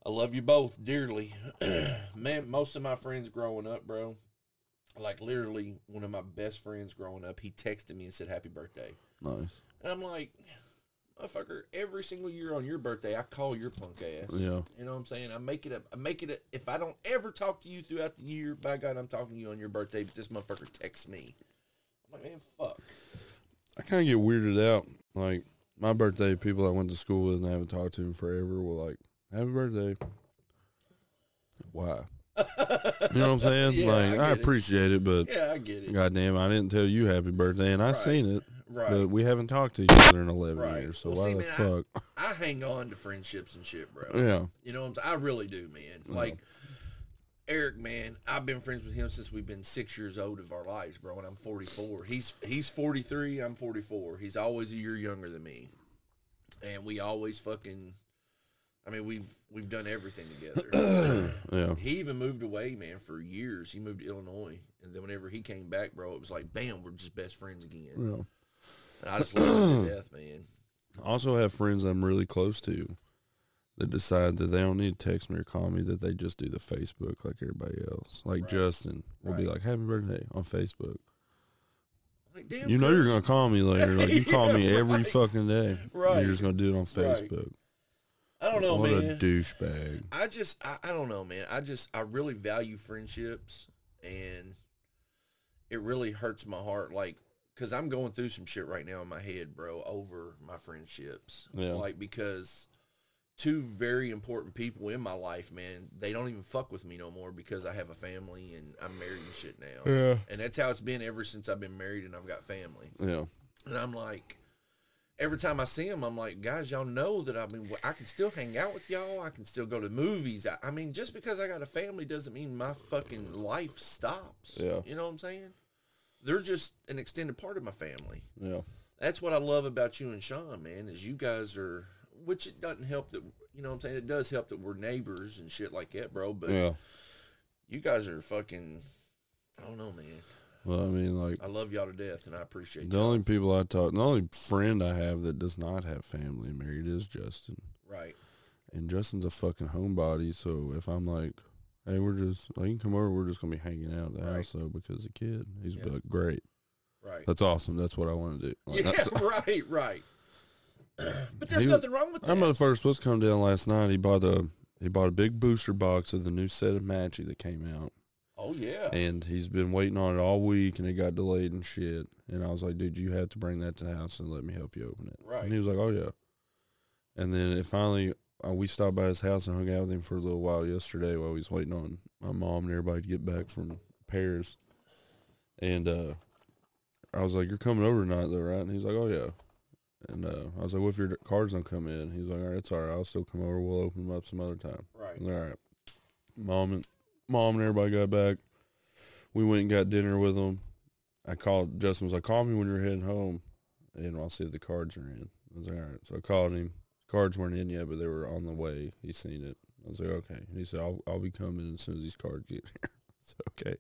S3: I love you both dearly, man. Most of my friends growing up, bro, like literally one of my best friends growing up, he texted me and said happy birthday,
S4: Nice.
S3: and I'm like, motherfucker, every single year on your birthday, I call your punk ass.
S4: Yeah.
S3: You know what I'm saying? I make it up. I make it up. If I don't ever talk to you throughout the year, by God, I'm talking to you on your birthday, but this motherfucker texts me. I'm like, man, fuck.
S4: I kind of get weirded out. Like my birthday, people I went to school with and I haven't talked to in forever were like, "Happy birthday." Why? you know what I'm saying?
S3: Yeah, I
S4: like I,
S3: get it.
S4: appreciate it, but
S3: Yeah, I get it.
S4: goddamn, I didn't tell you happy birthday, and I
S3: Right.
S4: seen it,
S3: right.
S4: but we haven't talked to each other in 11
S3: Right.
S4: years. So
S3: Well,
S4: why
S3: see,
S4: the
S3: man,
S4: fuck?
S3: I hang on to friendships and shit, bro.
S4: yeah,
S3: You know what I'm saying? I really do, man. Like Eric, man, I've been friends with him since we've been six years old of our lives, bro. And I'm 44. He's he's 43. I'm 44. He's always a year younger than me, and we always fucking. I mean, we've we've done everything together.
S4: yeah.
S3: he even moved away, man, for years. He moved to Illinois, and then whenever he came back, bro, it was like, bam, we're just best friends again.
S4: Yeah.
S3: And I just love him to death, man.
S4: I also have friends I'm really close to that decide that they don't need to text me or call me, that they just do the Facebook like everybody else. Like
S3: Right.
S4: Justin will be
S3: Right.
S4: like, happy birthday on Facebook.
S3: Like, damn,
S4: You know
S3: cuz.
S4: you're going to call me later. Like you call me
S3: Yeah,
S4: every
S3: right.
S4: fucking day.
S3: Right.
S4: You're just going to do it on
S3: Right.
S4: Facebook.
S3: I don't know,
S4: what
S3: man.
S4: a douchebag.
S3: I just I, I don't know, man. I just I really value friendships and it really hurts my heart like cuz I'm going through some shit right now in my head, bro, over my friendships.
S4: Yeah.
S3: Like because two very important people in my life, man, they don't even fuck with me no more because I have a family and I'm married and shit now.
S4: Yeah.
S3: And that's how it's been ever since I've been married and I've got family.
S4: Yeah.
S3: And I'm like, every time I see them, I'm like, guys, y'all know that I mean, I can still hang out with y'all. I can still go to movies. I, I mean, just because I got a family doesn't mean my fucking life stops.
S4: Yeah.
S3: You know what I'm saying? They're just an extended part of my family.
S4: Yeah.
S3: That's what I love about you and Sean, man, is you guys are, which it doesn't help that, you know what I'm saying? It does help that we're neighbors and shit like that, bro. But
S4: Yeah.
S3: you guys are fucking, I don't know, man.
S4: Well, I mean, like,
S3: I love y'all to death and I appreciate
S4: the
S3: y'all.
S4: only people I talk, the only friend I have that does not have family married is Justin.
S3: Right.
S4: And Justin's a fucking homebody, so if I'm like, hey, we're just, I can come over, we're just gonna be hanging out at the
S3: Right.
S4: house though because the kid, he's
S3: Yeah.
S4: like, great,
S3: Right.
S4: that's awesome, that's what I want to do. Like,
S3: Yeah,
S4: that's-
S3: right, right. but there's
S4: He was-
S3: nothing wrong with
S4: I
S3: that.
S4: remember the first was come down last night. He bought a he bought a big booster box of the new set of Magic that came out,
S3: oh yeah,
S4: and he's been waiting on it all week, and it got delayed and shit. And I was like, dude, you have to bring that to the house and let me help you open it.
S3: right,
S4: And he was like, "Oh yeah." And then it finally, uh, we stopped by his house and hung out with him for a little while yesterday while he was waiting on my mom and everybody to get back from Paris. And uh, I was like, "You're coming over tonight, though, right?" And he's like, "Oh yeah." And uh, I was like, "What if your d- cards don't come in?" He's like, "All right, it's all right. I'll still come over. We'll open them up some other time."
S3: right.
S4: All right. Mom and mom and everybody got back. We went and got dinner with them. I called Justin was like, call me when you're heading home, and I'll see if the cards are in. I was like, all right. So I called him. Cards weren't in yet, but they were on the way. He seen it. I was like, okay. And he said, I'll, I'll be coming as soon as these cards get here. I said, okay.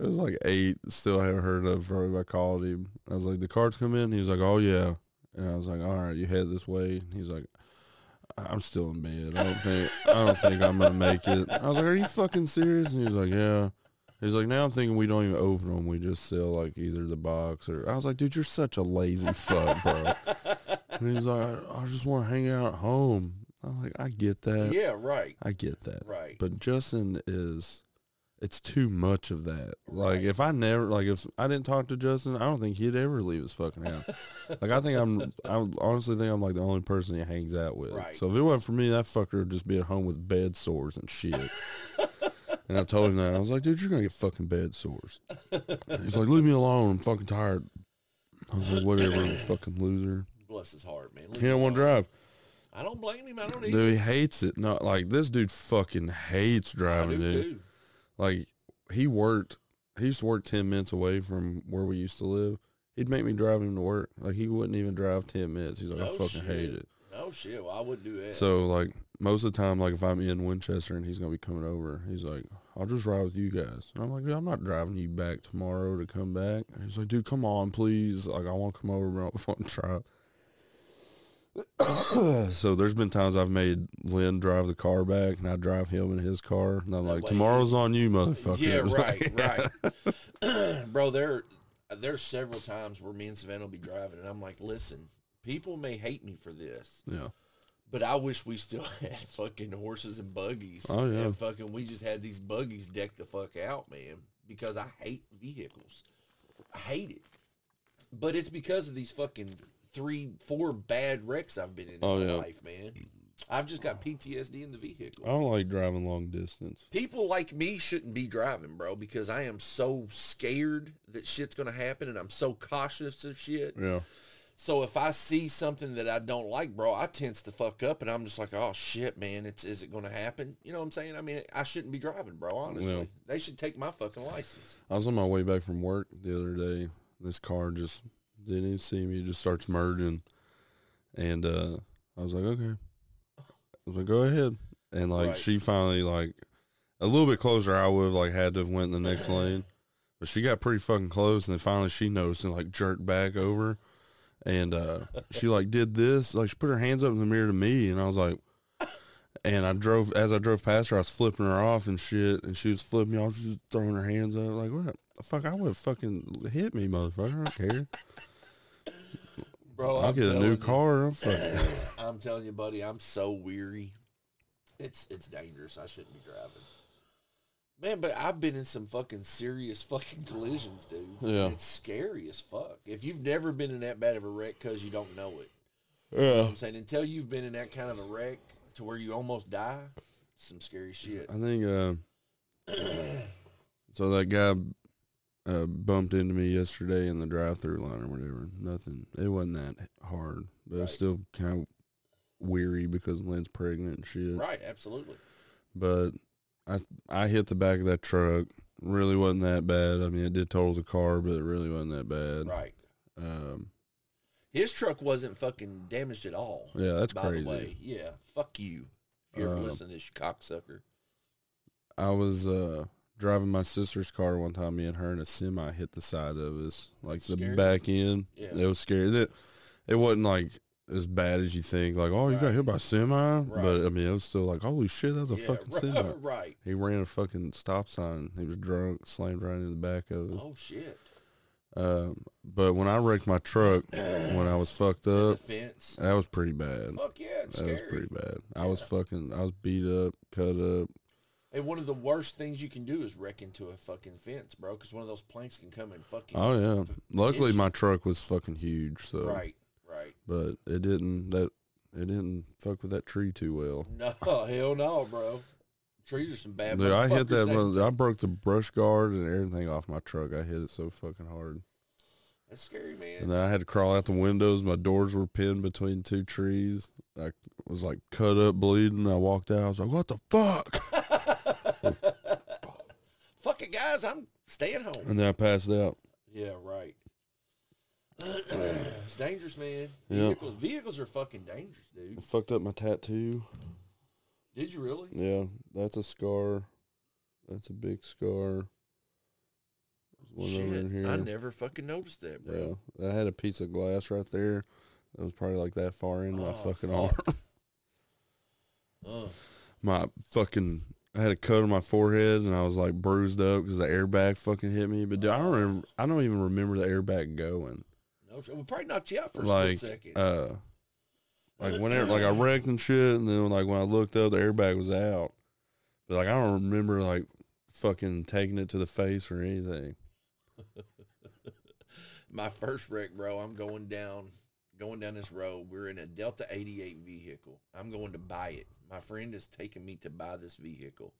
S4: It was like eight. Still haven't heard of from him. I called him. I was like, the cards come in. He was like, oh yeah. And I was like, all right, you head this way. And he's like, I'm still in bed. I don't think I don't think I'm gonna make it. I was like, "Are you fucking serious?" And he was like, "Yeah." He's like, "Now I'm thinking we don't even open them. We just sell like either the box or." I was like, "Dude, you're such a lazy fuck, bro." and he's like, "I, I just want to hang out at home." I'm like, "I get that.
S3: yeah, right,
S4: I get that."
S3: right.
S4: But Justin is it's too much of that. Like if I never like if I didn't talk to Justin, I don't think he'd ever leave his fucking house. like I think I'm I would honestly think I'm like the only person he hangs out with.
S3: Right.
S4: So if it wasn't for me, that fucker would just be at home with bed sores and shit. and I told him that. I was like, dude, you're gonna get fucking bed sores. He's like, leave me alone, I'm fucking tired. I was like, whatever, you fucking loser.
S3: Bless his heart, man.
S4: He don't want to drive.
S3: I don't blame him. I don't either.
S4: Dude, he hates it. Not like this dude fucking hates
S3: I
S4: driving,
S3: do
S4: dude
S3: too.
S4: like he worked he used to work 10 minutes away from where we used to live he'd make me drive him to work like he wouldn't even drive 10 minutes he's like i
S3: No
S4: fucking hate
S3: shit.
S4: it
S3: No shit. Well, I wouldn't do that.
S4: so like most of the time like if i'm in winchester and he's gonna be coming over he's like i'll just ride with you guys and i'm like dude, i'm not driving you back tomorrow to come back And he's like dude come on please like i want to come over but i don't want to drive so there's been times I've made Lynn drive the car back, and I drive him in his car, and I'm
S3: That
S4: like,
S3: way-
S4: "Tomorrow's on you, motherfucker."
S3: yeah,
S4: Like,
S3: right, right. Bro, there there's several times where me and Savannah will be driving, and I'm like, listen, people may hate me for this,
S4: Yeah.
S3: but I wish we still had fucking horses and buggies.
S4: Oh, yeah.
S3: And fucking, we just had these buggies decked the fuck out, man, because I hate vehicles. I hate it. But it's because of these fucking three, four bad wrecks I've been in
S4: Oh,
S3: in my
S4: yeah.
S3: life, man. I've just got PTSD in the vehicle.
S4: I don't like driving long distance.
S3: People like me shouldn't be driving, bro, because I am so scared that shit's gonna happen, and I'm so cautious of shit.
S4: Yeah.
S3: So if I see something that I don't like, bro, I tense the fuck up, and I'm just like, oh shit, man, it's is it gonna happen? You know what I'm saying? I mean, I shouldn't be driving, bro. Honestly,
S4: Yeah.
S3: they should take my fucking license.
S4: I was on my way back from work the other day. This car just didn't even see me. It just starts merging. And uh, I was like, okay. I was like, go ahead. And like
S3: Right.
S4: she finally like a little bit closer I would have like had to have went in the next lane. But she got pretty fucking close and then finally she noticed and like jerked back over and uh she like did this, like she put her hands up in the mirror to me and I was like and I drove as I drove past her, I was flipping her off and shit, and she was flipping me off, she was throwing her hands up like what the fuck I would have fucking hit me, motherfucker. I don't care.
S3: Bro,
S4: I'll
S3: I'm
S4: get a
S3: telling
S4: new
S3: you,
S4: car. I'm fucking
S3: I'm telling you, buddy, I'm so weary. It's it's dangerous. I shouldn't be driving. Man, but I've been in some fucking serious fucking collisions, dude.
S4: Yeah.
S3: It's scary as fuck. If you've never been in that bad of a wreck because you don't know it.
S4: Yeah.
S3: I'm saying until you've been in that kind of a wreck to where you almost die, it's some scary shit.
S4: I think uh so that guy uh, bumped into me yesterday in the drive through line or whatever. Nothing. It wasn't that hard. But I
S3: Right.
S4: was still kind of weary because Lynn's pregnant and shit.
S3: Right, absolutely.
S4: But I I hit the back of that truck. Really wasn't that bad. I mean, it did total the car, but it really wasn't that bad.
S3: Right.
S4: Um,
S3: His truck wasn't fucking damaged at all.
S4: yeah, that's
S3: by
S4: crazy.
S3: the way. Yeah. Fuck you. If you're
S4: Uh,
S3: listening to this, you cocksucker.
S4: I was uh, driving my sister's car one time. Me and her and a semi hit the side of us, like the
S3: Scary.
S4: back end.
S3: Yeah.
S4: It was scary. It, it wasn't like as bad as you think. Like, oh, you got
S3: Right.
S4: hit by a semi,
S3: Right.
S4: but I mean, it was still like, holy shit, that's a
S3: yeah,
S4: fucking
S3: right,
S4: semi.
S3: right.
S4: He ran a fucking stop sign. He was drunk, slammed right into the back of us.
S3: Oh shit.
S4: Um, but when I wrecked my truck, when I was fucked
S3: the
S4: up,
S3: fence.
S4: that was pretty bad.
S3: Fuck yeah, it's
S4: That
S3: scary.
S4: was pretty bad. I was fucking, I was beat up, cut up.
S3: And one of the worst things you can do is wreck into a fucking fence, bro, because one of those planks can come and fucking.
S4: Oh yeah. Luckily,
S3: Inch-
S4: my uh, truck was fucking huge, so
S3: Right, right.
S4: but it didn't that it didn't fuck with that tree too well.
S3: No, hell no, bro. Trees are some bad.
S4: Dude, I hit
S3: motherfuckers.
S4: that.
S3: They-
S4: mother- I broke the brush guard and everything off my truck. I hit it so fucking hard,
S3: That's scary,
S4: and
S3: man.
S4: then I had to crawl out the windows. My doors were pinned between two trees. I was like cut up, bleeding. I walked out. I was like, "What the fuck?"
S3: Fuck it, guys. I'm staying home.
S4: And then I passed out.
S3: Yeah, right. it's dangerous, man.
S4: Yeah.
S3: Vehicles, vehicles are fucking dangerous,
S4: I
S3: dude.
S4: fucked up my tattoo.
S3: Did you really?
S4: Yeah, that's a scar. That's a big scar. There's one over in
S3: Shit,
S4: here.
S3: I never fucking noticed that, bro.
S4: Yeah, I had a piece of glass right there. That was probably like that far into my
S3: Oh,
S4: fucking
S3: fuck. Uh,
S4: arm.
S3: Ugh.
S4: My fucking, I had a cut on my forehead, and I was like bruised up because the airbag fucking hit me. But dude, I don't,
S3: Oh.
S4: remember, I don't even remember the airbag going.
S3: no, shit. well, probably knocked you out for a
S4: like,
S3: split second.
S4: uh, like whenever, like I wrecked and shit, and then like when I looked up, the airbag was out. But like I don't remember like fucking taking it to the face or anything.
S3: My first wreck, bro. I'm going down, going down this road. We're in a Delta 88 vehicle. I'm going to buy it. My friend is taking me to buy this vehicle.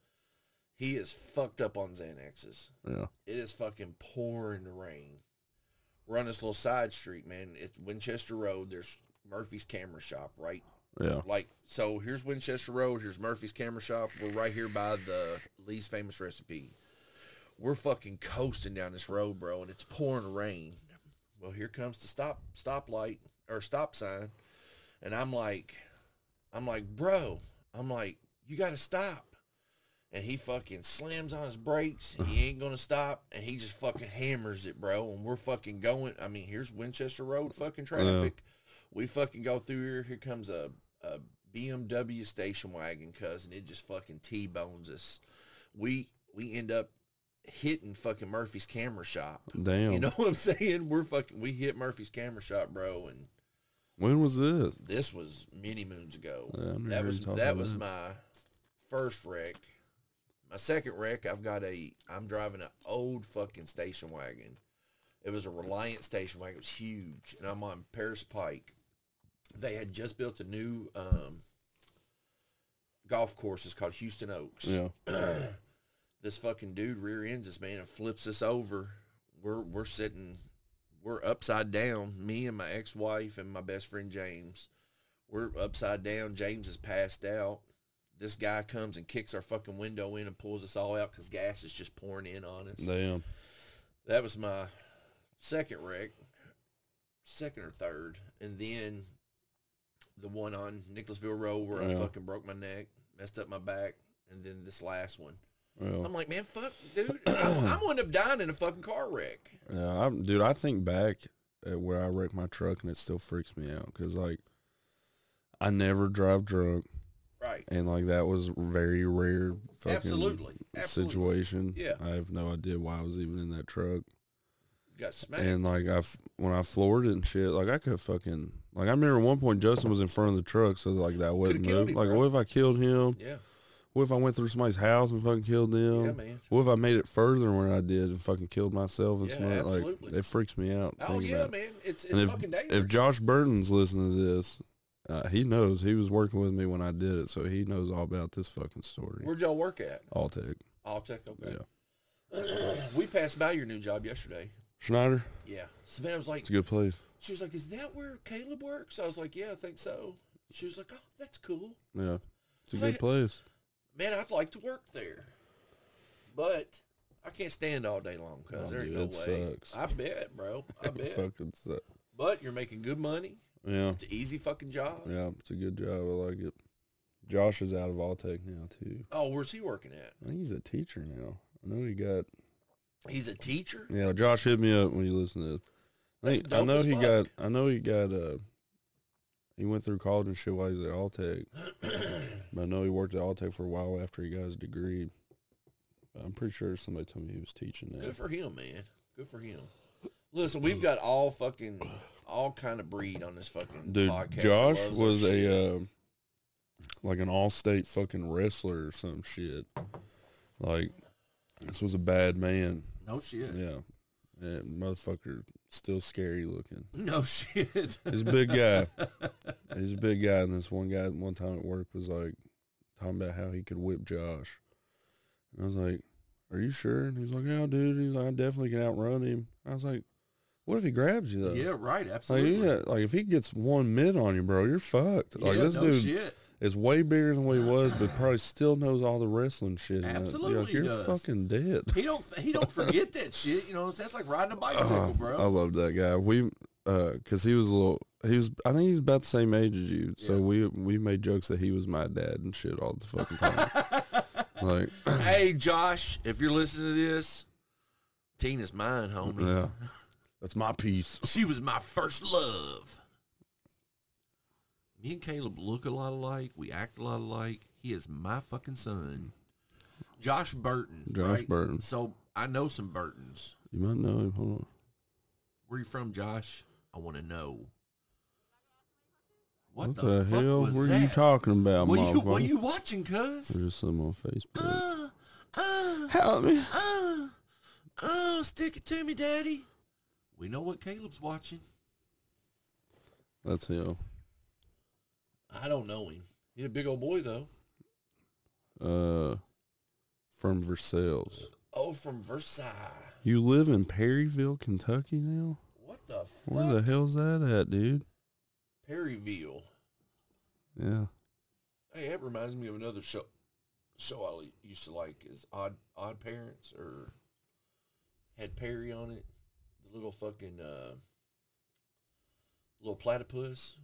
S3: He is fucked up on Xanaxes.
S4: Yeah.
S3: It is fucking pouring rain. We're on this little side street, man. It's Winchester Road. There's Murphy's Camera Shop, right?
S4: Yeah.
S3: Like, so here's Winchester Road. Here's Murphy's Camera Shop. We're right here by the Lee's Famous Recipe. We're fucking coasting down this road, bro, and it's pouring rain. Well, here comes the stop stoplight or stop sign, and I'm like, I'm like, bro, I'm like, you got to stop. And he fucking slams on his brakes. He ain't gonna stop, and he just fucking hammers it, bro. And we're fucking going. I mean, here's Winchester Road fucking traffic. We fucking go through here. Here comes a, a BMW station wagon, cuz, and it just fucking T bones us. We we end up hitting fucking Murphy's camera shop.
S4: Damn.
S3: You know what I'm saying? We're fucking we hit Murphy's camera shop, bro, and
S4: when was this?
S3: this was many moons ago.
S4: Yeah, I remember
S3: that
S4: you
S3: was
S4: talking
S3: that
S4: about
S3: was
S4: that.
S3: my first wreck. My second wreck, I've got a I'm driving an old fucking station wagon. It was a Reliant station wagon. It was huge, and I'm on Paris Pike. They had just built a new um, golf course. It's called Houston Oaks
S4: Yeah.
S3: this fucking dude rear ends us, man, and flips us over. We're we're sitting, we're upside down. Me and my ex wife and my best friend James, we're upside down. James is passed out. This guy comes and kicks our fucking window in and pulls us all out because gas is just pouring in on us.
S4: Damn.
S3: That was my second wreck, second or third, and then the one on Nicholasville Road where I
S4: Yeah.
S3: fucking broke my neck, messed up my back, and then this last one.
S4: Well,
S3: I'm like, man, fuck, dude. I'm, I'm gonna end up dying in a fucking car wreck.
S4: yeah, I'm, dude, I think back at where I wrecked my truck and it still freaks me out because, like, I never drive drunk.
S3: Right.
S4: And, like, that was very rare fucking
S3: Absolutely. Absolutely.
S4: situation.
S3: Yeah.
S4: I have no idea why I was even in that truck.
S3: You got smacked.
S4: And like I, f- when I floored it and shit, like I could fucking, like I remember at one point Justin was in front of the truck, so like that wouldn't
S3: killed
S4: move.
S3: him,
S4: Like
S3: bro.
S4: what if I killed him?
S3: yeah.
S4: What if I went through somebody's house and fucking killed them?
S3: Yeah, man.
S4: What if I made it further than what I did and fucking killed myself and
S3: Yeah,
S4: smoked? Like
S3: absolutely.
S4: it freaks me out.
S3: Oh
S4: thinking
S3: yeah,
S4: about it.
S3: man. It's it's
S4: And
S3: fucking
S4: if
S3: dangerous.
S4: if Josh Burton's listening to this, uh, he knows he was working with me when I did it, so he knows all about this fucking story.
S3: Where'd y'all work at?
S4: I'll take
S3: All tech. Okay.
S4: Yeah.
S3: we passed by your new job yesterday.
S4: Schneider.
S3: Yeah. Savannah was like,
S4: It's a good place.
S3: she was like, is that where Caleb works? I was like, yeah, I think so. She was like, oh, that's cool.
S4: Yeah, it's a
S3: Say
S4: good
S3: it.
S4: place.
S3: Man, I'd like to work there, but I can't stand all day long because
S4: Oh,
S3: there's
S4: dude,
S3: no
S4: it
S3: way.
S4: sucks.
S3: I bet, bro. I
S4: It
S3: bet.
S4: fucking sucks.
S3: but you're making good money.
S4: Yeah.
S3: It's an easy fucking job.
S4: Yeah, it's a good job. I like it. Josh is out of Alltech now too.
S3: Oh, where's he working at?
S4: I think he's a teacher now. I know he got.
S3: He's a teacher.
S4: Yeah, Josh hit me up when you listen to. This. I,
S3: That's
S4: think, I
S3: dope
S4: know
S3: as
S4: he
S3: fuck.
S4: got. I know he got. Uh, he went through college and shit while he was at Alltech. but I know he worked at Alltech for a while after he got his degree. But I'm pretty sure somebody told me he was teaching now.
S3: Good for him, man. Good for him. Listen, we've got all fucking all kind of breed on this fucking
S4: Dude,
S3: podcast that
S4: Josh
S3: loves our
S4: was
S3: shit.
S4: a uh, like an all-state fucking wrestler or some shit. Like this was a bad man.
S3: no shit.
S4: Yeah. Yeah, motherfucker, still scary looking.
S3: No shit.
S4: He's a big guy. He's a big guy, and this one guy one time at work was like talking about how he could whip Josh. And I was like, "Are you sure?" And he's like, "Yeah, dude." He's like, "I definitely can outrun him." I was like, "What if he grabs you though?"
S3: yeah, right.
S4: Like,
S3: Absolutely.
S4: you got- like if he gets one mid on you, bro, you're fucked. Oh, Like
S3: Yeah,
S4: this
S3: no
S4: dude
S3: shit.
S4: is way bigger than what he was, but probably still knows all the wrestling shit. and that. You're like,
S3: Absolutely
S4: you're
S3: does.
S4: fucking dead.
S3: He don't he don't forget that shit. You know, that's like riding a bicycle,
S4: Oh,
S3: bro.
S4: I loved that guy. We, uh, cause he was a little. He was. I think he's about the same age as you. So
S3: Yeah.
S4: we we made jokes that he was my dad and shit all the fucking time. like,
S3: hey, Josh, if you're listening to this, Tina's mine, homie.
S4: yeah, that's my piece.
S3: She was my first love. Me and Caleb look a lot alike. We act a lot alike. He is my fucking son. Josh Burton.
S4: Josh
S3: right?
S4: Burton.
S3: So I know some Burtons.
S4: You might know him. Hold on.
S3: Where you from, Josh? I want to know. What,
S4: What,
S3: the,
S4: the,
S3: fuck
S4: hell
S3: was
S4: were
S3: that?
S4: you talking about,
S3: What are you,
S4: motherfucker?
S3: what are you watching, cuz?
S4: There's just something on Facebook.
S3: Uh, uh,
S4: Help me.
S3: Oh, oh, stick it to me, Daddy. We know what Caleb's watching.
S4: That's him.
S3: I don't know him. He's a big old boy though.
S4: Uh, from Versailles.
S3: Oh, from Versailles.
S4: You live in Perryville, Kentucky now?
S3: What the fuck?
S4: Where the hell's that at, dude?
S3: Perryville.
S4: Yeah.
S3: Hey, that reminds me of another show. Show I li- used to like is Odd Odd Parents or had Perry on it. The little fucking uh, little platypus.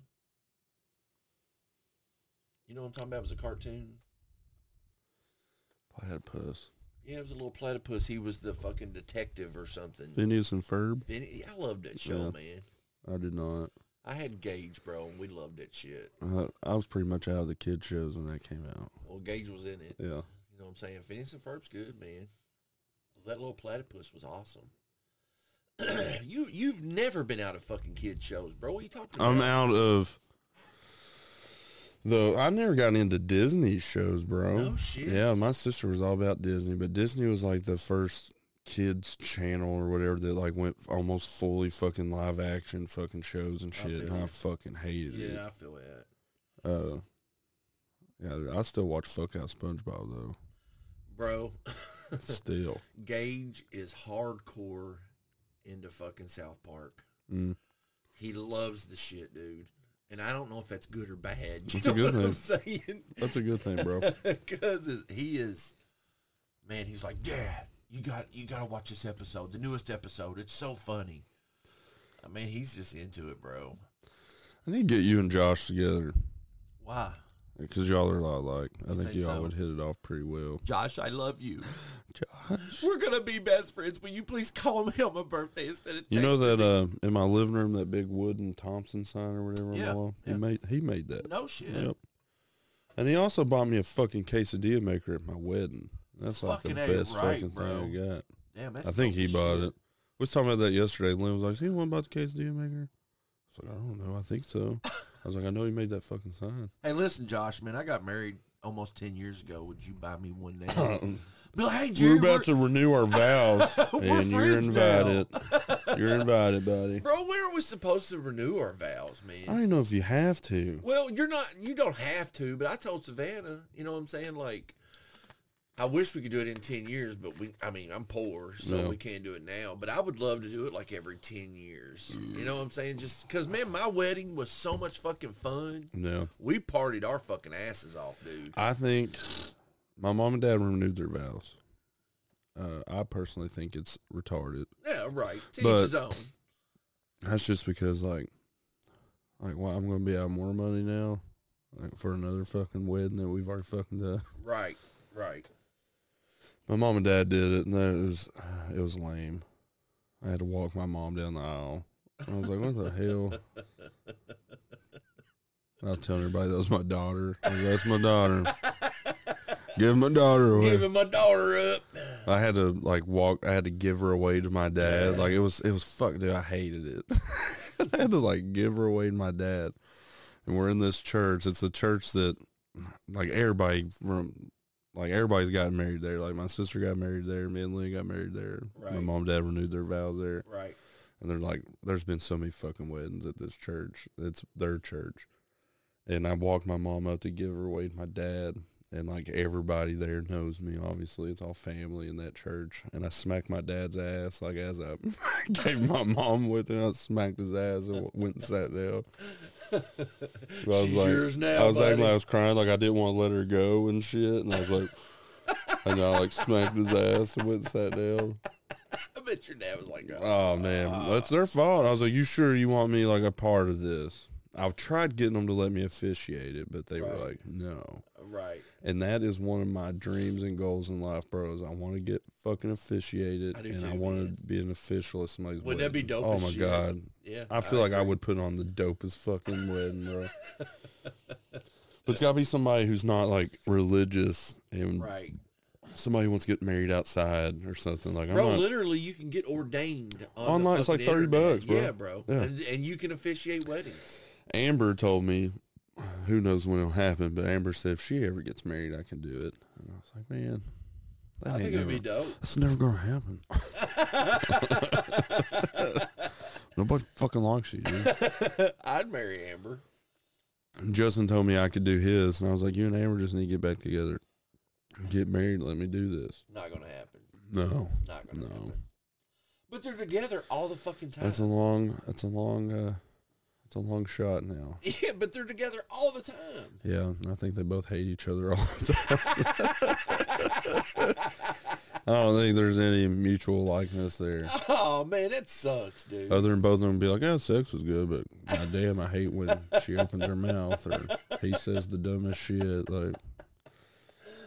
S3: You know what I'm talking about? It was a cartoon.
S4: Platypus.
S3: Yeah, it was a little platypus. He was the fucking detective or something.
S4: Phineas and Ferb?
S3: Vinny, I loved that show,
S4: Yeah.
S3: man.
S4: I did not.
S3: I had Gage, bro, and we loved that shit.
S4: I, I was pretty much out of the kid shows when that came out.
S3: Well, Gage was in it.
S4: Yeah.
S3: You know what I'm saying? Phineas and Ferb's good, man. That little platypus was awesome. you you've never been out of fucking kid shows, bro. What are you talking about?
S4: I'm out of the. I never got into Disney shows, bro.
S3: No shit.
S4: Yeah, my sister was all about Disney, but Disney was like the first kids channel or whatever that like went almost fully fucking live action fucking shows and shit,
S3: feel
S4: and I
S3: you.
S4: fucking hated
S3: Yeah, I feel that,
S4: it. Uh, yeah, dude, I still watch fuck out SpongeBob though.
S3: bro.
S4: Still,
S3: Gage is hardcore into fucking South Park.
S4: Mm.
S3: He loves the shit, dude. And I don't know if that's good or bad. You
S4: That's a
S3: know
S4: good
S3: what I'm saying?
S4: that's a good thing, bro.
S3: because he is man he's like yeah you got you got to watch this episode the newest episode it's so funny i mean he's just into it bro
S4: I need to get you and Josh together
S3: why
S4: because y'all are a lot alike. I
S3: You
S4: think,
S3: think
S4: y'all
S3: so?
S4: would hit it off pretty well.
S3: josh i love you
S4: Josh.
S3: we're gonna be best friends will you please call me on my birthday instead of
S4: You know
S3: text-
S4: that uh, in my living room, that big wooden Thompson sign or whatever on
S3: Yeah,
S4: the wall.
S3: yeah.
S4: He made he made that.
S3: no shit
S4: Yep. And he also bought me a fucking quesadilla maker at my wedding. That's like the
S3: Fucking A
S4: best
S3: right,
S4: fucking
S3: bro.
S4: thing I got.
S3: damn that's
S4: I think
S3: dope
S4: he
S3: as
S4: bought
S3: shit.
S4: it. We was talking about that yesterday. Lynn was like, "Is anyone bought the quesadilla maker?" I was like, "I don't know. I think so." I was like, "I know he made that fucking sign."
S3: hey listen josh man i got married almost 10 years ago would you buy me one now be like hey
S4: we're
S3: Jerry,
S4: about
S3: we're-
S4: to renew our vows,
S3: We're
S4: and you're
S3: friends now.
S4: invited. you're invited, buddy.
S3: bro when are we supposed to renew our vows man
S4: I don't even know if you have to.
S3: Well, you're not. You don't have to. But I told Savannah. You know what I'm saying? Like, I wish we could do it in ten years, but we. I mean, I'm poor, so
S4: Yeah.
S3: we can't do it now. But I would love to do it like every ten years. You know what I'm saying? Just because, man, my wedding was so much fucking fun.
S4: No.
S3: We partied our fucking asses off, dude.
S4: I think my mom and dad renewed their vows. Uh, I personally think it's retarded.
S3: Yeah, right. To
S4: But-
S3: each his own.
S4: That's just because, like, like, well, I'm gonna be out more money now, like, for another fucking wedding that we've already fucking done.
S3: Right, right.
S4: My mom and dad did it, and it was it was lame. I had to walk my mom down the aisle. I was like, "What the hell?" I was telling everybody that was my daughter. I was like, That's my daughter. Give my daughter away.
S3: Giving my daughter up.
S4: I had to like walk. I had to give her away to my dad. Like it was, it was fuck, dude. I hated it. I had to like give her away to my dad. And we're in this church. It's a church that, like everybody from, like everybody's gotten married there. Like my sister got married there. Me and Lynn got married there. My
S3: Right.
S4: mom and dad renewed their vows there.
S3: Right.
S4: And they're like, there's been so many fucking weddings at this church. It's their church. And I walked my mom up to give her away to my dad. And like everybody there knows me, obviously. It's all family in that church. And I smacked my dad's ass, like as I gave my mom with it. I smacked his ass and went and sat down. I was
S3: She's
S4: like,
S3: yours now.
S4: I was
S3: buddy.
S4: acting like I was crying, like I didn't want to let her go and shit. And I was like, and I like smacked his ass and went and sat down.
S3: I bet your dad was like, oh,
S4: Oh man, that's their fault. I was like, you sure you want me like a part of this? I've tried getting them to let me officiate it, but they were
S3: Right.
S4: like, no.
S3: right.
S4: And that is one of my dreams and goals in life, bros. I want to get fucking officiated,
S3: I do
S4: and
S3: too,
S4: I want to
S3: man.
S4: be an official at somebody's
S3: Wouldn't that be
S4: wedding.
S3: dope
S4: Oh
S3: as
S4: my
S3: shit?
S4: god,
S3: Yeah.
S4: I feel like I would put on the dopest fucking wedding, bro. But it's gotta be somebody who's not like religious and
S3: Right.
S4: somebody who wants to get married outside or something. Like
S3: Bro,
S4: I'm not,
S3: literally, you can get ordained on the
S4: Online, it's like
S3: fucking
S4: 30
S3: internet.
S4: bucks, bro.
S3: Yeah, bro.
S4: Yeah.
S3: And, and you can officiate weddings.
S4: Amber told me, who knows when it'll happen, but Amber said if she ever gets married, I can do it. And I was like, man, That
S3: I
S4: ain't
S3: think it'd be
S4: never-
S3: dope.
S4: That's never gonna happen. Nobody fucking likes you. Dude.
S3: I'd marry Amber.
S4: Justin told me I could do his, and I was like, "You and Amber just need to get back together, get married. Let me do this."
S3: Not gonna happen.
S4: No,
S3: Not gonna
S4: No.
S3: happen. But they're together all the fucking time.
S4: that's a long. That's a long. uh It's a long shot now.
S3: yeah, but they're together all the time.
S4: Yeah, and I think they both hate each other all the time. I don't think there's any mutual likeness there.
S3: Oh man, that sucks, dude.
S4: Other than both of them be like, "Yeah, sex was good, but god damn, I hate when she opens her mouth or he says the dumbest shit." Like,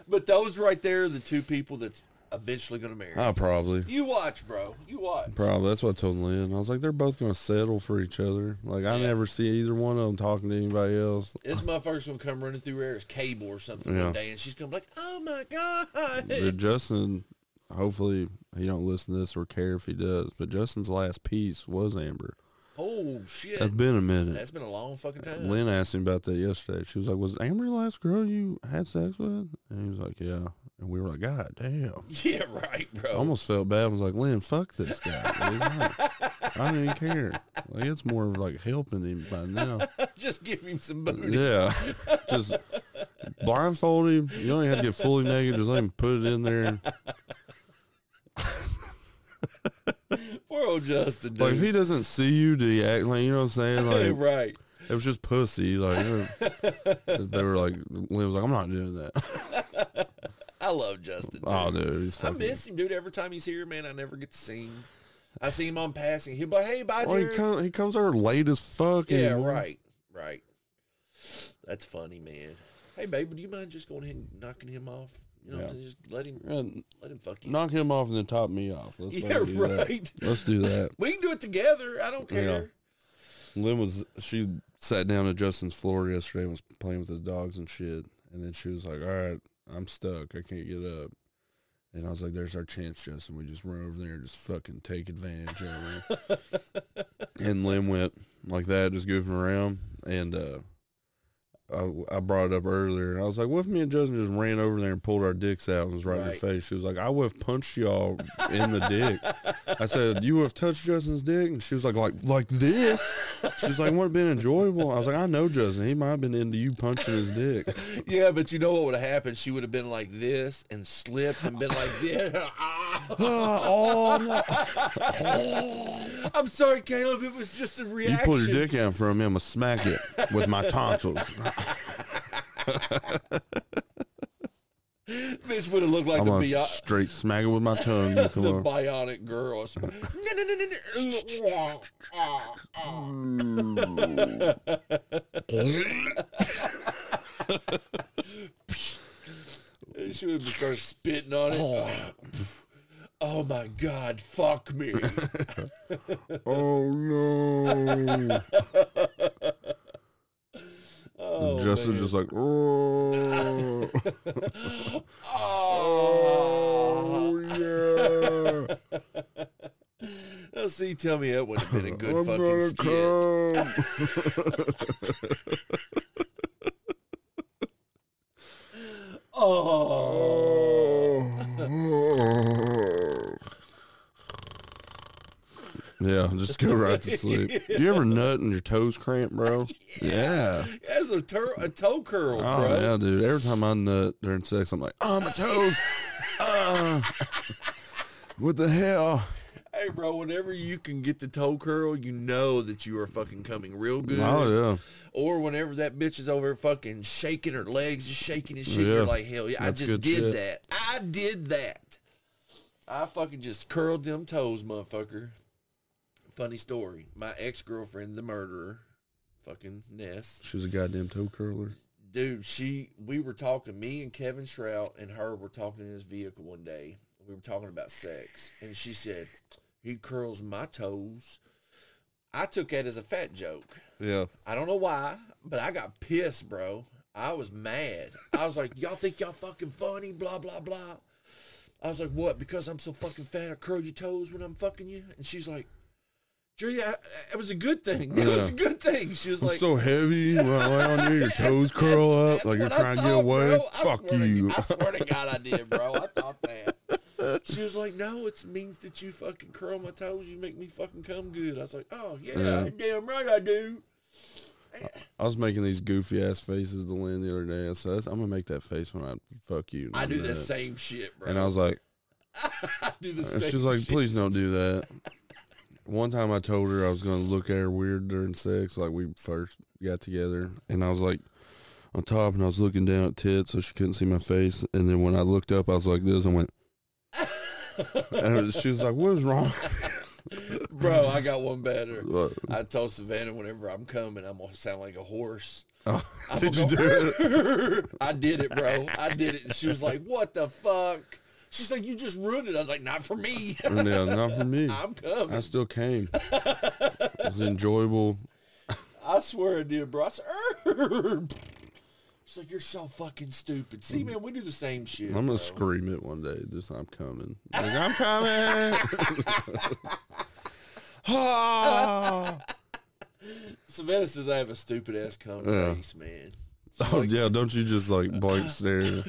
S3: But those right there are the two people that's eventually gonna marry.
S4: I probably.
S3: you watch, bro. You watch.
S4: Probably that's what I told Lynn. I was like, they're both gonna settle for each other. Like I
S3: Yeah.
S4: never see either one of them talking to anybody else.
S3: This motherfucker's gonna come running through air as cable or something
S4: Yeah.
S3: one day, and she's gonna be like, "Oh my god!"
S4: But Justin, hopefully he don't listen to this or care if he does. But Justin's last piece was Amber.
S3: Oh shit!
S4: That's been a minute.
S3: That's been a long fucking time.
S4: Lynn asked him about that yesterday. She was like, "Was Amber your last girl you had sex with?" And he was like, "Yeah." And we were like, "God damn!"
S3: yeah, right, bro.
S4: I almost felt bad. I was like, "Lynn, fuck this guy. dude. Like, I don't even care. Like it's more of like helping him by now."
S3: Just give him some booty.
S4: Yeah. just blindfold him. You don't even have to get fully naked. Just let him put it in there.
S3: Poor old Justin, dude.
S4: Like, if he doesn't see you, do you act like, you know what I'm saying?
S3: Yeah,
S4: Like,
S3: right.
S4: it was just pussy. Like, you know, they were like, Lynn was like, I'm not doing that.
S3: I love Justin. Dude.
S4: Oh, dude, he's
S3: I
S4: fucking.
S3: miss him, dude. Every time he's here, man, I never get to see him. I see him on passing. He'll be like, "Hey, bye,
S4: Well, Oh, he,
S3: Jerry."
S4: come, he comes over late as fuck.
S3: yeah,
S4: anyway.
S3: right, right. That's funny, man. Hey, babe, do you mind just going ahead and knocking him off? You know,
S4: Yeah.
S3: just let him,
S4: And
S3: let him fuck you.
S4: knock him off and then top me off. Let's
S3: yeah,
S4: fucking do that.
S3: right.
S4: Let's do that.
S3: We can do it together. I don't
S4: Yeah.
S3: care.
S4: Lynn was she sat down at Justin's floor yesterday and was playing with his dogs and shit. And then she was like, "All right, I'm stuck. I can't get up." And I was like, "There's our chance, Justin. We just run over there and just fucking take advantage of it." and Lynn went like that, just goofing around. And uh, I, I brought it up earlier, and I was like, "What if me and Justin just ran over there and pulled our dicks out and was right, in your
S3: Right.
S4: face?" She was like, "I would have punched y'all in the dick." I said, "You have touched Justin's dick," and she was like, "Like like this." She's like, "Would have been enjoyable." I was like, "I know Justin. He might have been into you punching his dick."
S3: Yeah, but you know what would have happened? She would have been like this and slipped and been like this. Ah.
S4: Ah, oh, no.
S3: I'm sorry, Caleb. It was just a
S4: You
S3: reaction.
S4: pull your dick out from him, I smack it with my tonsils.
S3: This would have looked like
S4: I'm
S3: the
S4: gonna
S3: bio-
S4: straight smack it with my tongue.
S3: uh,
S4: You come
S3: the
S4: over.
S3: bionic girl. It's- No, no, no, no, no. Ah, ah. And She would have started spitting on it. Oh my God! Fuck me!
S4: Oh no!
S3: Oh,
S4: Justin's
S3: man.
S4: just like, oh,
S3: Oh.
S4: oh yeah,
S3: Now, see, tell me that would have been a good
S4: I'm
S3: fucking
S4: gonna
S3: skit.
S4: come.
S3: Oh,
S4: Yeah, just go right to sleep. Do you ever nut and your toes cramp, bro? Yeah.
S3: that's a, tur- a toe curl,
S4: Oh
S3: bro.
S4: yeah, dude. Every time I nut during sex, I'm like, oh my toes. Uh, what the hell?
S3: Hey, bro, whenever you can get the toe curl, you know that you are fucking coming real good.
S4: Oh
S3: Or whenever that bitch is over fucking shaking her legs, just shaking and shit,
S4: Yeah.
S3: you're like, hell yeah, I
S4: That's
S3: just
S4: good
S3: did
S4: shit.
S3: that. I did that. I fucking just curled them toes, motherfucker. Funny story. My ex girlfriend, the murderer, fucking Ness,
S4: yeah. She was a goddamn toe curler.
S3: dude, she we were talking, me and Kevin Shrout and her were talking in his vehicle one day. We were talking about sex. And she said, He curls my toes. I took that as a fat joke.
S4: Yeah.
S3: I don't know why, but I got pissed, bro. I was mad. I was like, Y'all think y'all fucking funny, blah, blah, blah. I was like, What? Because I'm so fucking fat, I curl your toes when I'm fucking you? And she's like, Jerry, I- I- it was a good thing. It was a
S4: Yeah.
S3: good thing. She was
S4: I'm
S3: like,
S4: so heavy when I lay on you, your toes curl up
S3: That's
S4: like you're
S3: what I
S4: trying to get
S3: thought,
S4: away.
S3: bro. I
S4: Fuck
S3: swear to-
S4: you.
S3: I swear to God, I did, bro. I thought that. She was like, "No, it means that you fucking curl my toes. You make me fucking come good." I was like, "Oh yeah,
S4: Yeah.
S3: damn right I do."
S4: I was making these goofy ass faces to Lynn the other day. I said, "That's- "I'm gonna make that face when I fuck you." and
S3: I
S4: I'm
S3: do
S4: not.
S3: the same shit, bro.
S4: And I was like,
S3: I do the
S4: and
S3: same.
S4: she's like,
S3: shit.
S4: "Please don't do that." One time I told her I was gonna look at her weird during sex, like we first got together, and I was like on top, and I was looking down at tits, so she couldn't see my face. And then when I looked up, I was like this, and went, and it was- she was like, "What is wrong?"
S3: bro, I got one better.
S4: What?
S3: I told Savannah whenever I'm coming, I'm gonna sound like a horse.
S4: Oh,
S3: I'm
S4: did you
S3: gonna
S4: do
S3: go,
S4: it?
S3: I did it, bro. I did it. And she was like, "What the fuck?" She's like, "You just ruined it." I was like, "Not for me.
S4: No, not for me.
S3: I'm coming."
S4: I still came. It was enjoyable.
S3: I swear I did, bro. I said, "Err." She's like, you're so fucking stupid. See, man, we do the same shit.
S4: I'm
S3: bro.
S4: gonna scream it one day. This I'm coming. Like, I'm coming. oh
S3: Savannah says I have a stupid ass cum
S4: Yeah.
S3: face, man.
S4: Oh, yeah, don't you just like blank stare?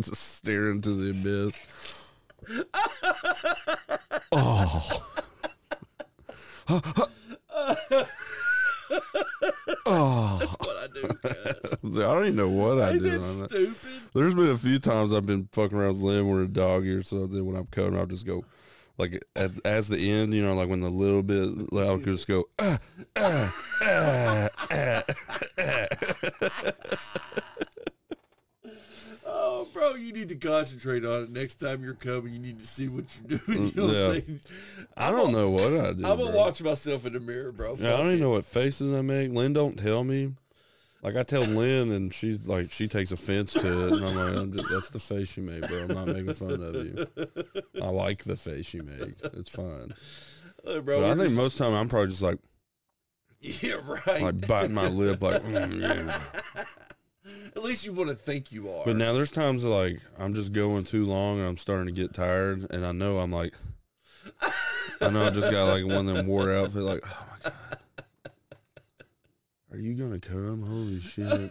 S4: just stare into the abyss. Oh.
S3: What I do, cuz.
S4: oh, I don't even know what I
S3: Ain't
S4: did.
S3: that
S4: on that.
S3: stupid?
S4: There's been a few times I've been fucking around with Lynn with a doggy or something. When I'm coming, I'll just go, like, at, as the end, you know, like when the little bit, I'll just go, ah, ah, ah, ah.
S3: Oh, bro, you need to concentrate on it. Next time you're coming, you need to see what you're doing. You know what I'm
S4: Yeah.
S3: saying?
S4: I don't know what I did.
S3: I'm going
S4: bro.
S3: to watch myself in the mirror, bro.
S4: Yeah, I
S3: Fuck
S4: don't even
S3: it.
S4: know what faces I make. Lynn don't tell me. Like I tell Lynn, and she's like, she takes offense to it, and I'm like, I'm just, that's the face you make, bro. I'm not making fun of you. I like the face you make. It's fine.
S3: Look,
S4: But
S3: bro,
S4: I
S3: we're
S4: think most time I'm probably just like,
S3: just- yeah, right.
S4: like biting my lip, like. "Mm, yeah."
S3: At least you want to think you are.
S4: But now there's times that, like I'm just going too long, and I'm starting to get tired, and I know I'm like, I know I just got like one of them wore outfit, like, oh my god, are you gonna come? Holy shit.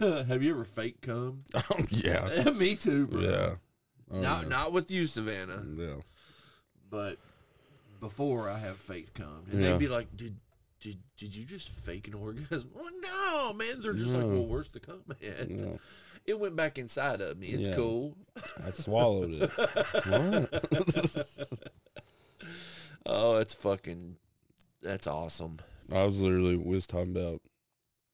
S3: have you ever fake cum?
S4: Um, yeah.
S3: Me too, bro.
S4: Yeah. Oh,
S3: Not,
S4: yeah.
S3: not with you, Savannah.
S4: Yeah.
S3: but before I have fake cum, and
S4: Yeah.
S3: they'd be like, "Did did did you just fake an orgasm?" Well, no, man. They're just like,
S4: No.
S3: "Well, where's the cum at?"
S4: No.
S3: It went back inside of me. It's
S4: Yeah.
S3: cool.
S4: I swallowed it. what?
S3: Oh, it's fucking. That's awesome.
S4: I was literally we was talking about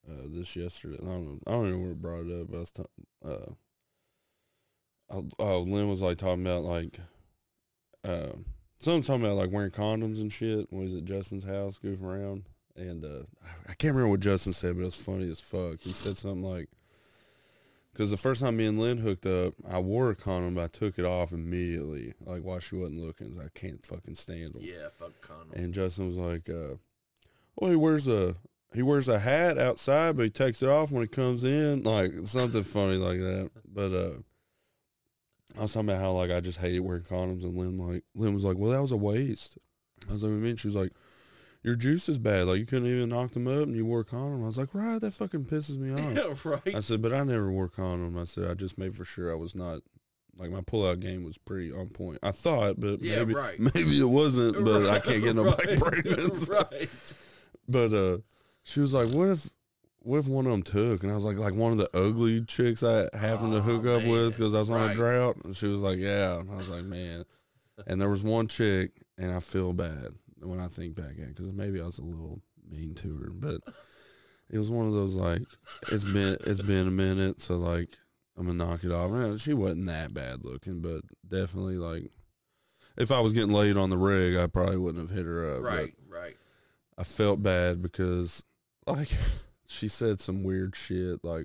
S4: uh, this yesterday. and I don't know. I don't know where it brought it up. but I was ta- uh, oh, oh, Lynn was like talking about like, uh, something talking about like wearing condoms and shit. When he was at Justin's house goofing around, and uh, I- I can't remember what Justin said, but it was funny as fuck. He said something like, "Cause the first time me and Lynn hooked up, I wore a condom, but I took it off immediately, like while she wasn't looking. 'cause I can't fucking stand them."
S3: Yeah, fuck condom.
S4: And Justin was like, uh, "Oh, he wears a he wears a hat outside, but he takes it off when he comes in, like something funny like that." But uh, I was talking about how like I just hated wearing condoms, and Lynn like Lynn was like, "Well, that was a waste." I was like, "What do you mean?" She was like, "Your juice is bad. Like you couldn't even knock them up, and you wore a condom." I was like, "Right, that fucking pisses me off."
S3: yeah, right.
S4: I said, but I never wore condom. I said, I just made for sure I was not like my pullout game was pretty on point. I thought, but
S3: Yeah,
S4: maybe
S3: right.
S4: maybe it wasn't. But I can't get nobody
S3: Right,
S4: pregnant. so-
S3: Right.
S4: But uh, she was like, what if what if one of them took? And I was like, like one of the ugly chicks I happened to
S3: Aw,
S4: hook up with
S3: Oh, man.
S4: because I was on a
S3: Right.
S4: drought. And she was like, yeah. And I was like, man. And there was one chick, and I feel bad when I think back at it because maybe I was a little mean to her, but it was one of those like it's been it's been a minute, so like I'm gonna knock it off. And she wasn't that bad looking, but definitely like if I was getting laid on the rig, I probably wouldn't have hit her up. but
S3: Right. Right.
S4: I felt bad because like she said some weird shit like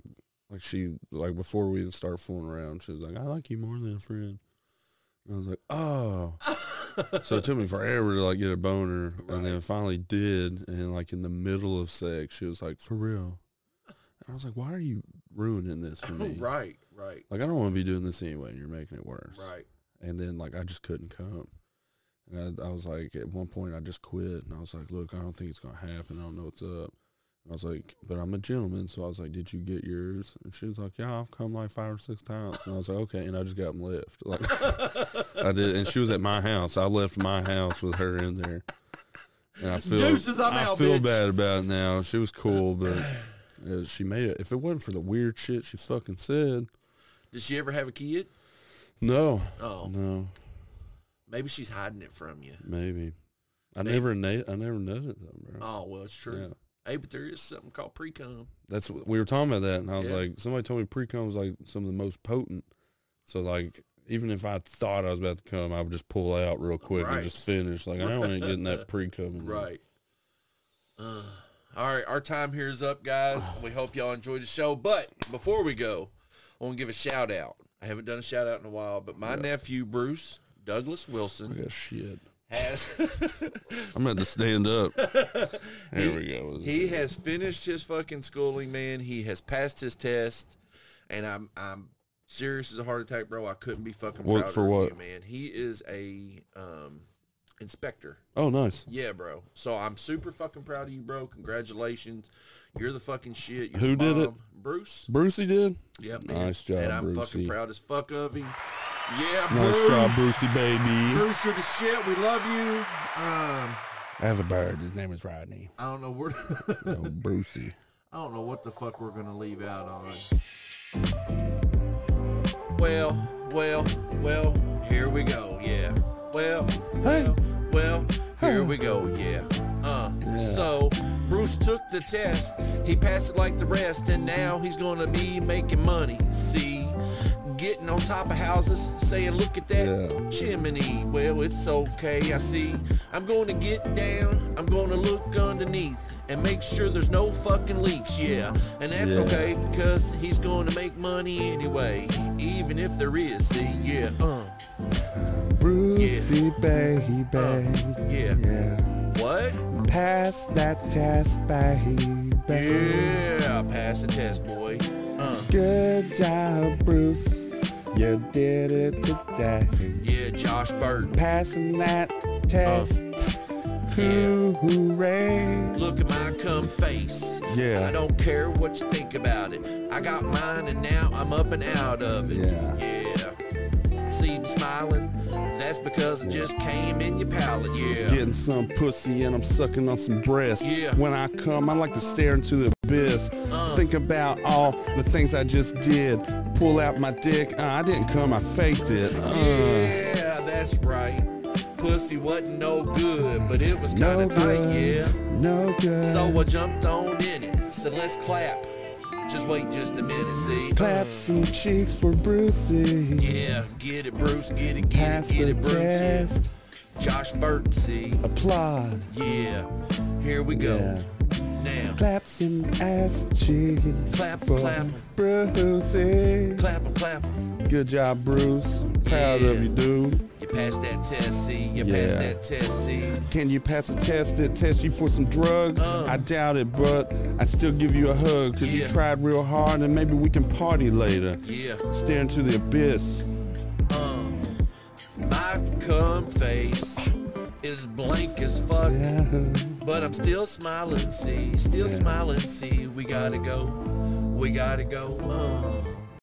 S4: like she like before we even start fooling around, she was like, I like you more than a friend. And I was like, Oh So it took me forever to like get a boner and then
S3: Right.
S4: finally did and like in the middle of sex she was like, For real And I was like, Why are you ruining this for me?
S3: right. Right.
S4: Like I don't want to be doing this anyway and you're making it worse
S3: Right.
S4: and then like I just couldn't come. And I, I was like, at one point I just quit, and I was like, look, I don't think it's gonna happen. I don't know what's up. I was like, but I'm a gentleman. So I was like, did you get yours? And she was like, yeah, I've come like five or six times. And I was like, okay. And I just got them left. Like, I did. And she was at my house. I left my house with her in there. And I feel,
S3: Deuces, I'm
S4: I
S3: out,
S4: feel
S3: bitch.
S4: bad about it now. She was cool, but it was- she made it. If it wasn't for the weird shit she fucking said,
S3: Did she ever have a kid?
S4: no.
S3: Oh.
S4: No,
S3: Maybe she's hiding it from you.
S4: maybe. I
S3: Maybe.
S4: never, na- I never noticed that,
S5: Uh,
S4: bro.
S3: Oh well, it's true.
S4: Yeah.
S3: Hey, but there is something called pre cum.
S4: That's what we were talking about that, and I was
S3: Yeah.
S4: like, somebody told me pre cum was like some of the most potent. So like, even if I thought I was about to come, I would just pull out real quick
S3: Right.
S4: and just finish. Like I don't ain't getting that pre cum.
S3: Right. Uh, all right, our time here is up, guys. We hope y'all enjoyed the show. But before we go, I want to give a shout out. I haven't done a shout out in a while, but my nephew Bruce Douglas
S4: I
S3: Wilson
S4: got shit.
S3: has
S4: I'm about to stand up. Here we go.
S3: he has finished his fucking schooling, man. He has passed his test, and I'm I'm serious as a heart attack, bro. I couldn't be fucking
S4: What-
S3: prouder
S4: for
S3: of
S4: what?
S3: you, man. He is a um, inspector.
S4: oh, nice.
S3: Yeah, bro. So I'm super fucking proud of you, bro. Congratulations. You're the fucking shit. You're
S4: Who
S3: the
S4: did it?
S3: bomb. Bruce.
S4: Brucey did.
S3: Yep.
S4: Nice job,
S3: And I'm
S4: Brucey.
S3: fucking proud as fuck of him. Yeah,
S4: Nice
S3: Bruce.
S4: job, Brucey baby.
S3: Bruce, you're the shit. We love you. Um,
S4: I have a bird. His name is Rodney.
S3: I don't know where.
S4: Oh, Brucey.
S3: I don't know what the fuck we're gonna leave out on. Well, well, well. Here we go. Yeah. Well.
S4: Hey.
S3: Well. Well. Here we go. Yeah. Uh. So Bruce took the test. He passed it like the rest, and now he's gonna be making money. See. Getting on top of houses, saying, "Look at that
S4: Yeah.
S3: chimney." Well, it's okay. I see. I'm going to get down. I'm going to look underneath and make sure there's no fucking leaks. Yeah, and that's
S4: Yeah.
S3: okay because he's going to make money anyway, even if there is. See, yeah, uh,
S5: Brucey baby,
S3: uh, yeah.
S5: yeah.
S3: What?
S5: Pass that test, baby.
S3: Yeah, pass the test, boy. Uh,
S5: Good job, Bruce. You did it today.
S3: yeah, Josh Burton.
S5: Passing that test. Hooray.
S3: Uh, Look at my cum face.
S5: Yeah.
S3: I don't care what you think about it. I got mine and now I'm up and out of it.
S5: Yeah.
S3: Yeah. See him smiling? That's because it just came in your palate. Yeah.
S5: Getting some pussy and I'm sucking on some breast.
S3: Yeah. Uh.
S5: When I come, I like to stare into the abyss. Think about all the things I just did. Pull out my dick. Uh, I didn't come, I faked it. Uh.
S3: Yeah, that's right. Pussy wasn't no good, but it was kind
S5: No
S3: of tight,
S5: good.
S3: yeah.
S5: No good.
S3: So uh, I jumped on in it. So let's clap. Just wait just a minute, see.
S5: clap some cheeks for Brucey.
S3: Yeah, get it, Bruce. Get it, get
S5: Pass
S3: it, get
S5: the
S3: it, Bruce. yeah.
S5: test.
S3: Josh Burton, see.
S5: Applaud.
S3: Yeah, here we go. Now,
S5: Clap some ass cheeks
S3: Clap,
S5: for
S3: clap.
S5: Brucey.
S3: clap 'em, clap 'em.
S5: Good job, Bruce. Proud
S3: Yeah.
S5: of you, dude.
S3: You passed that test, see. You passed
S5: Yeah.
S3: that test, see.
S5: Can you pass a test that tests you for some drugs?
S3: Uh.
S5: I doubt it, but I still give you a hug because
S3: Yeah.
S5: you tried real hard and maybe we can party later.
S3: Yeah.
S5: Stare into the abyss.
S3: My cum face is blank as fuck.
S5: Yeah.
S3: But I'm still smiling, see, still
S5: Yeah.
S3: smiling, see. We gotta go, we gotta go. Uh.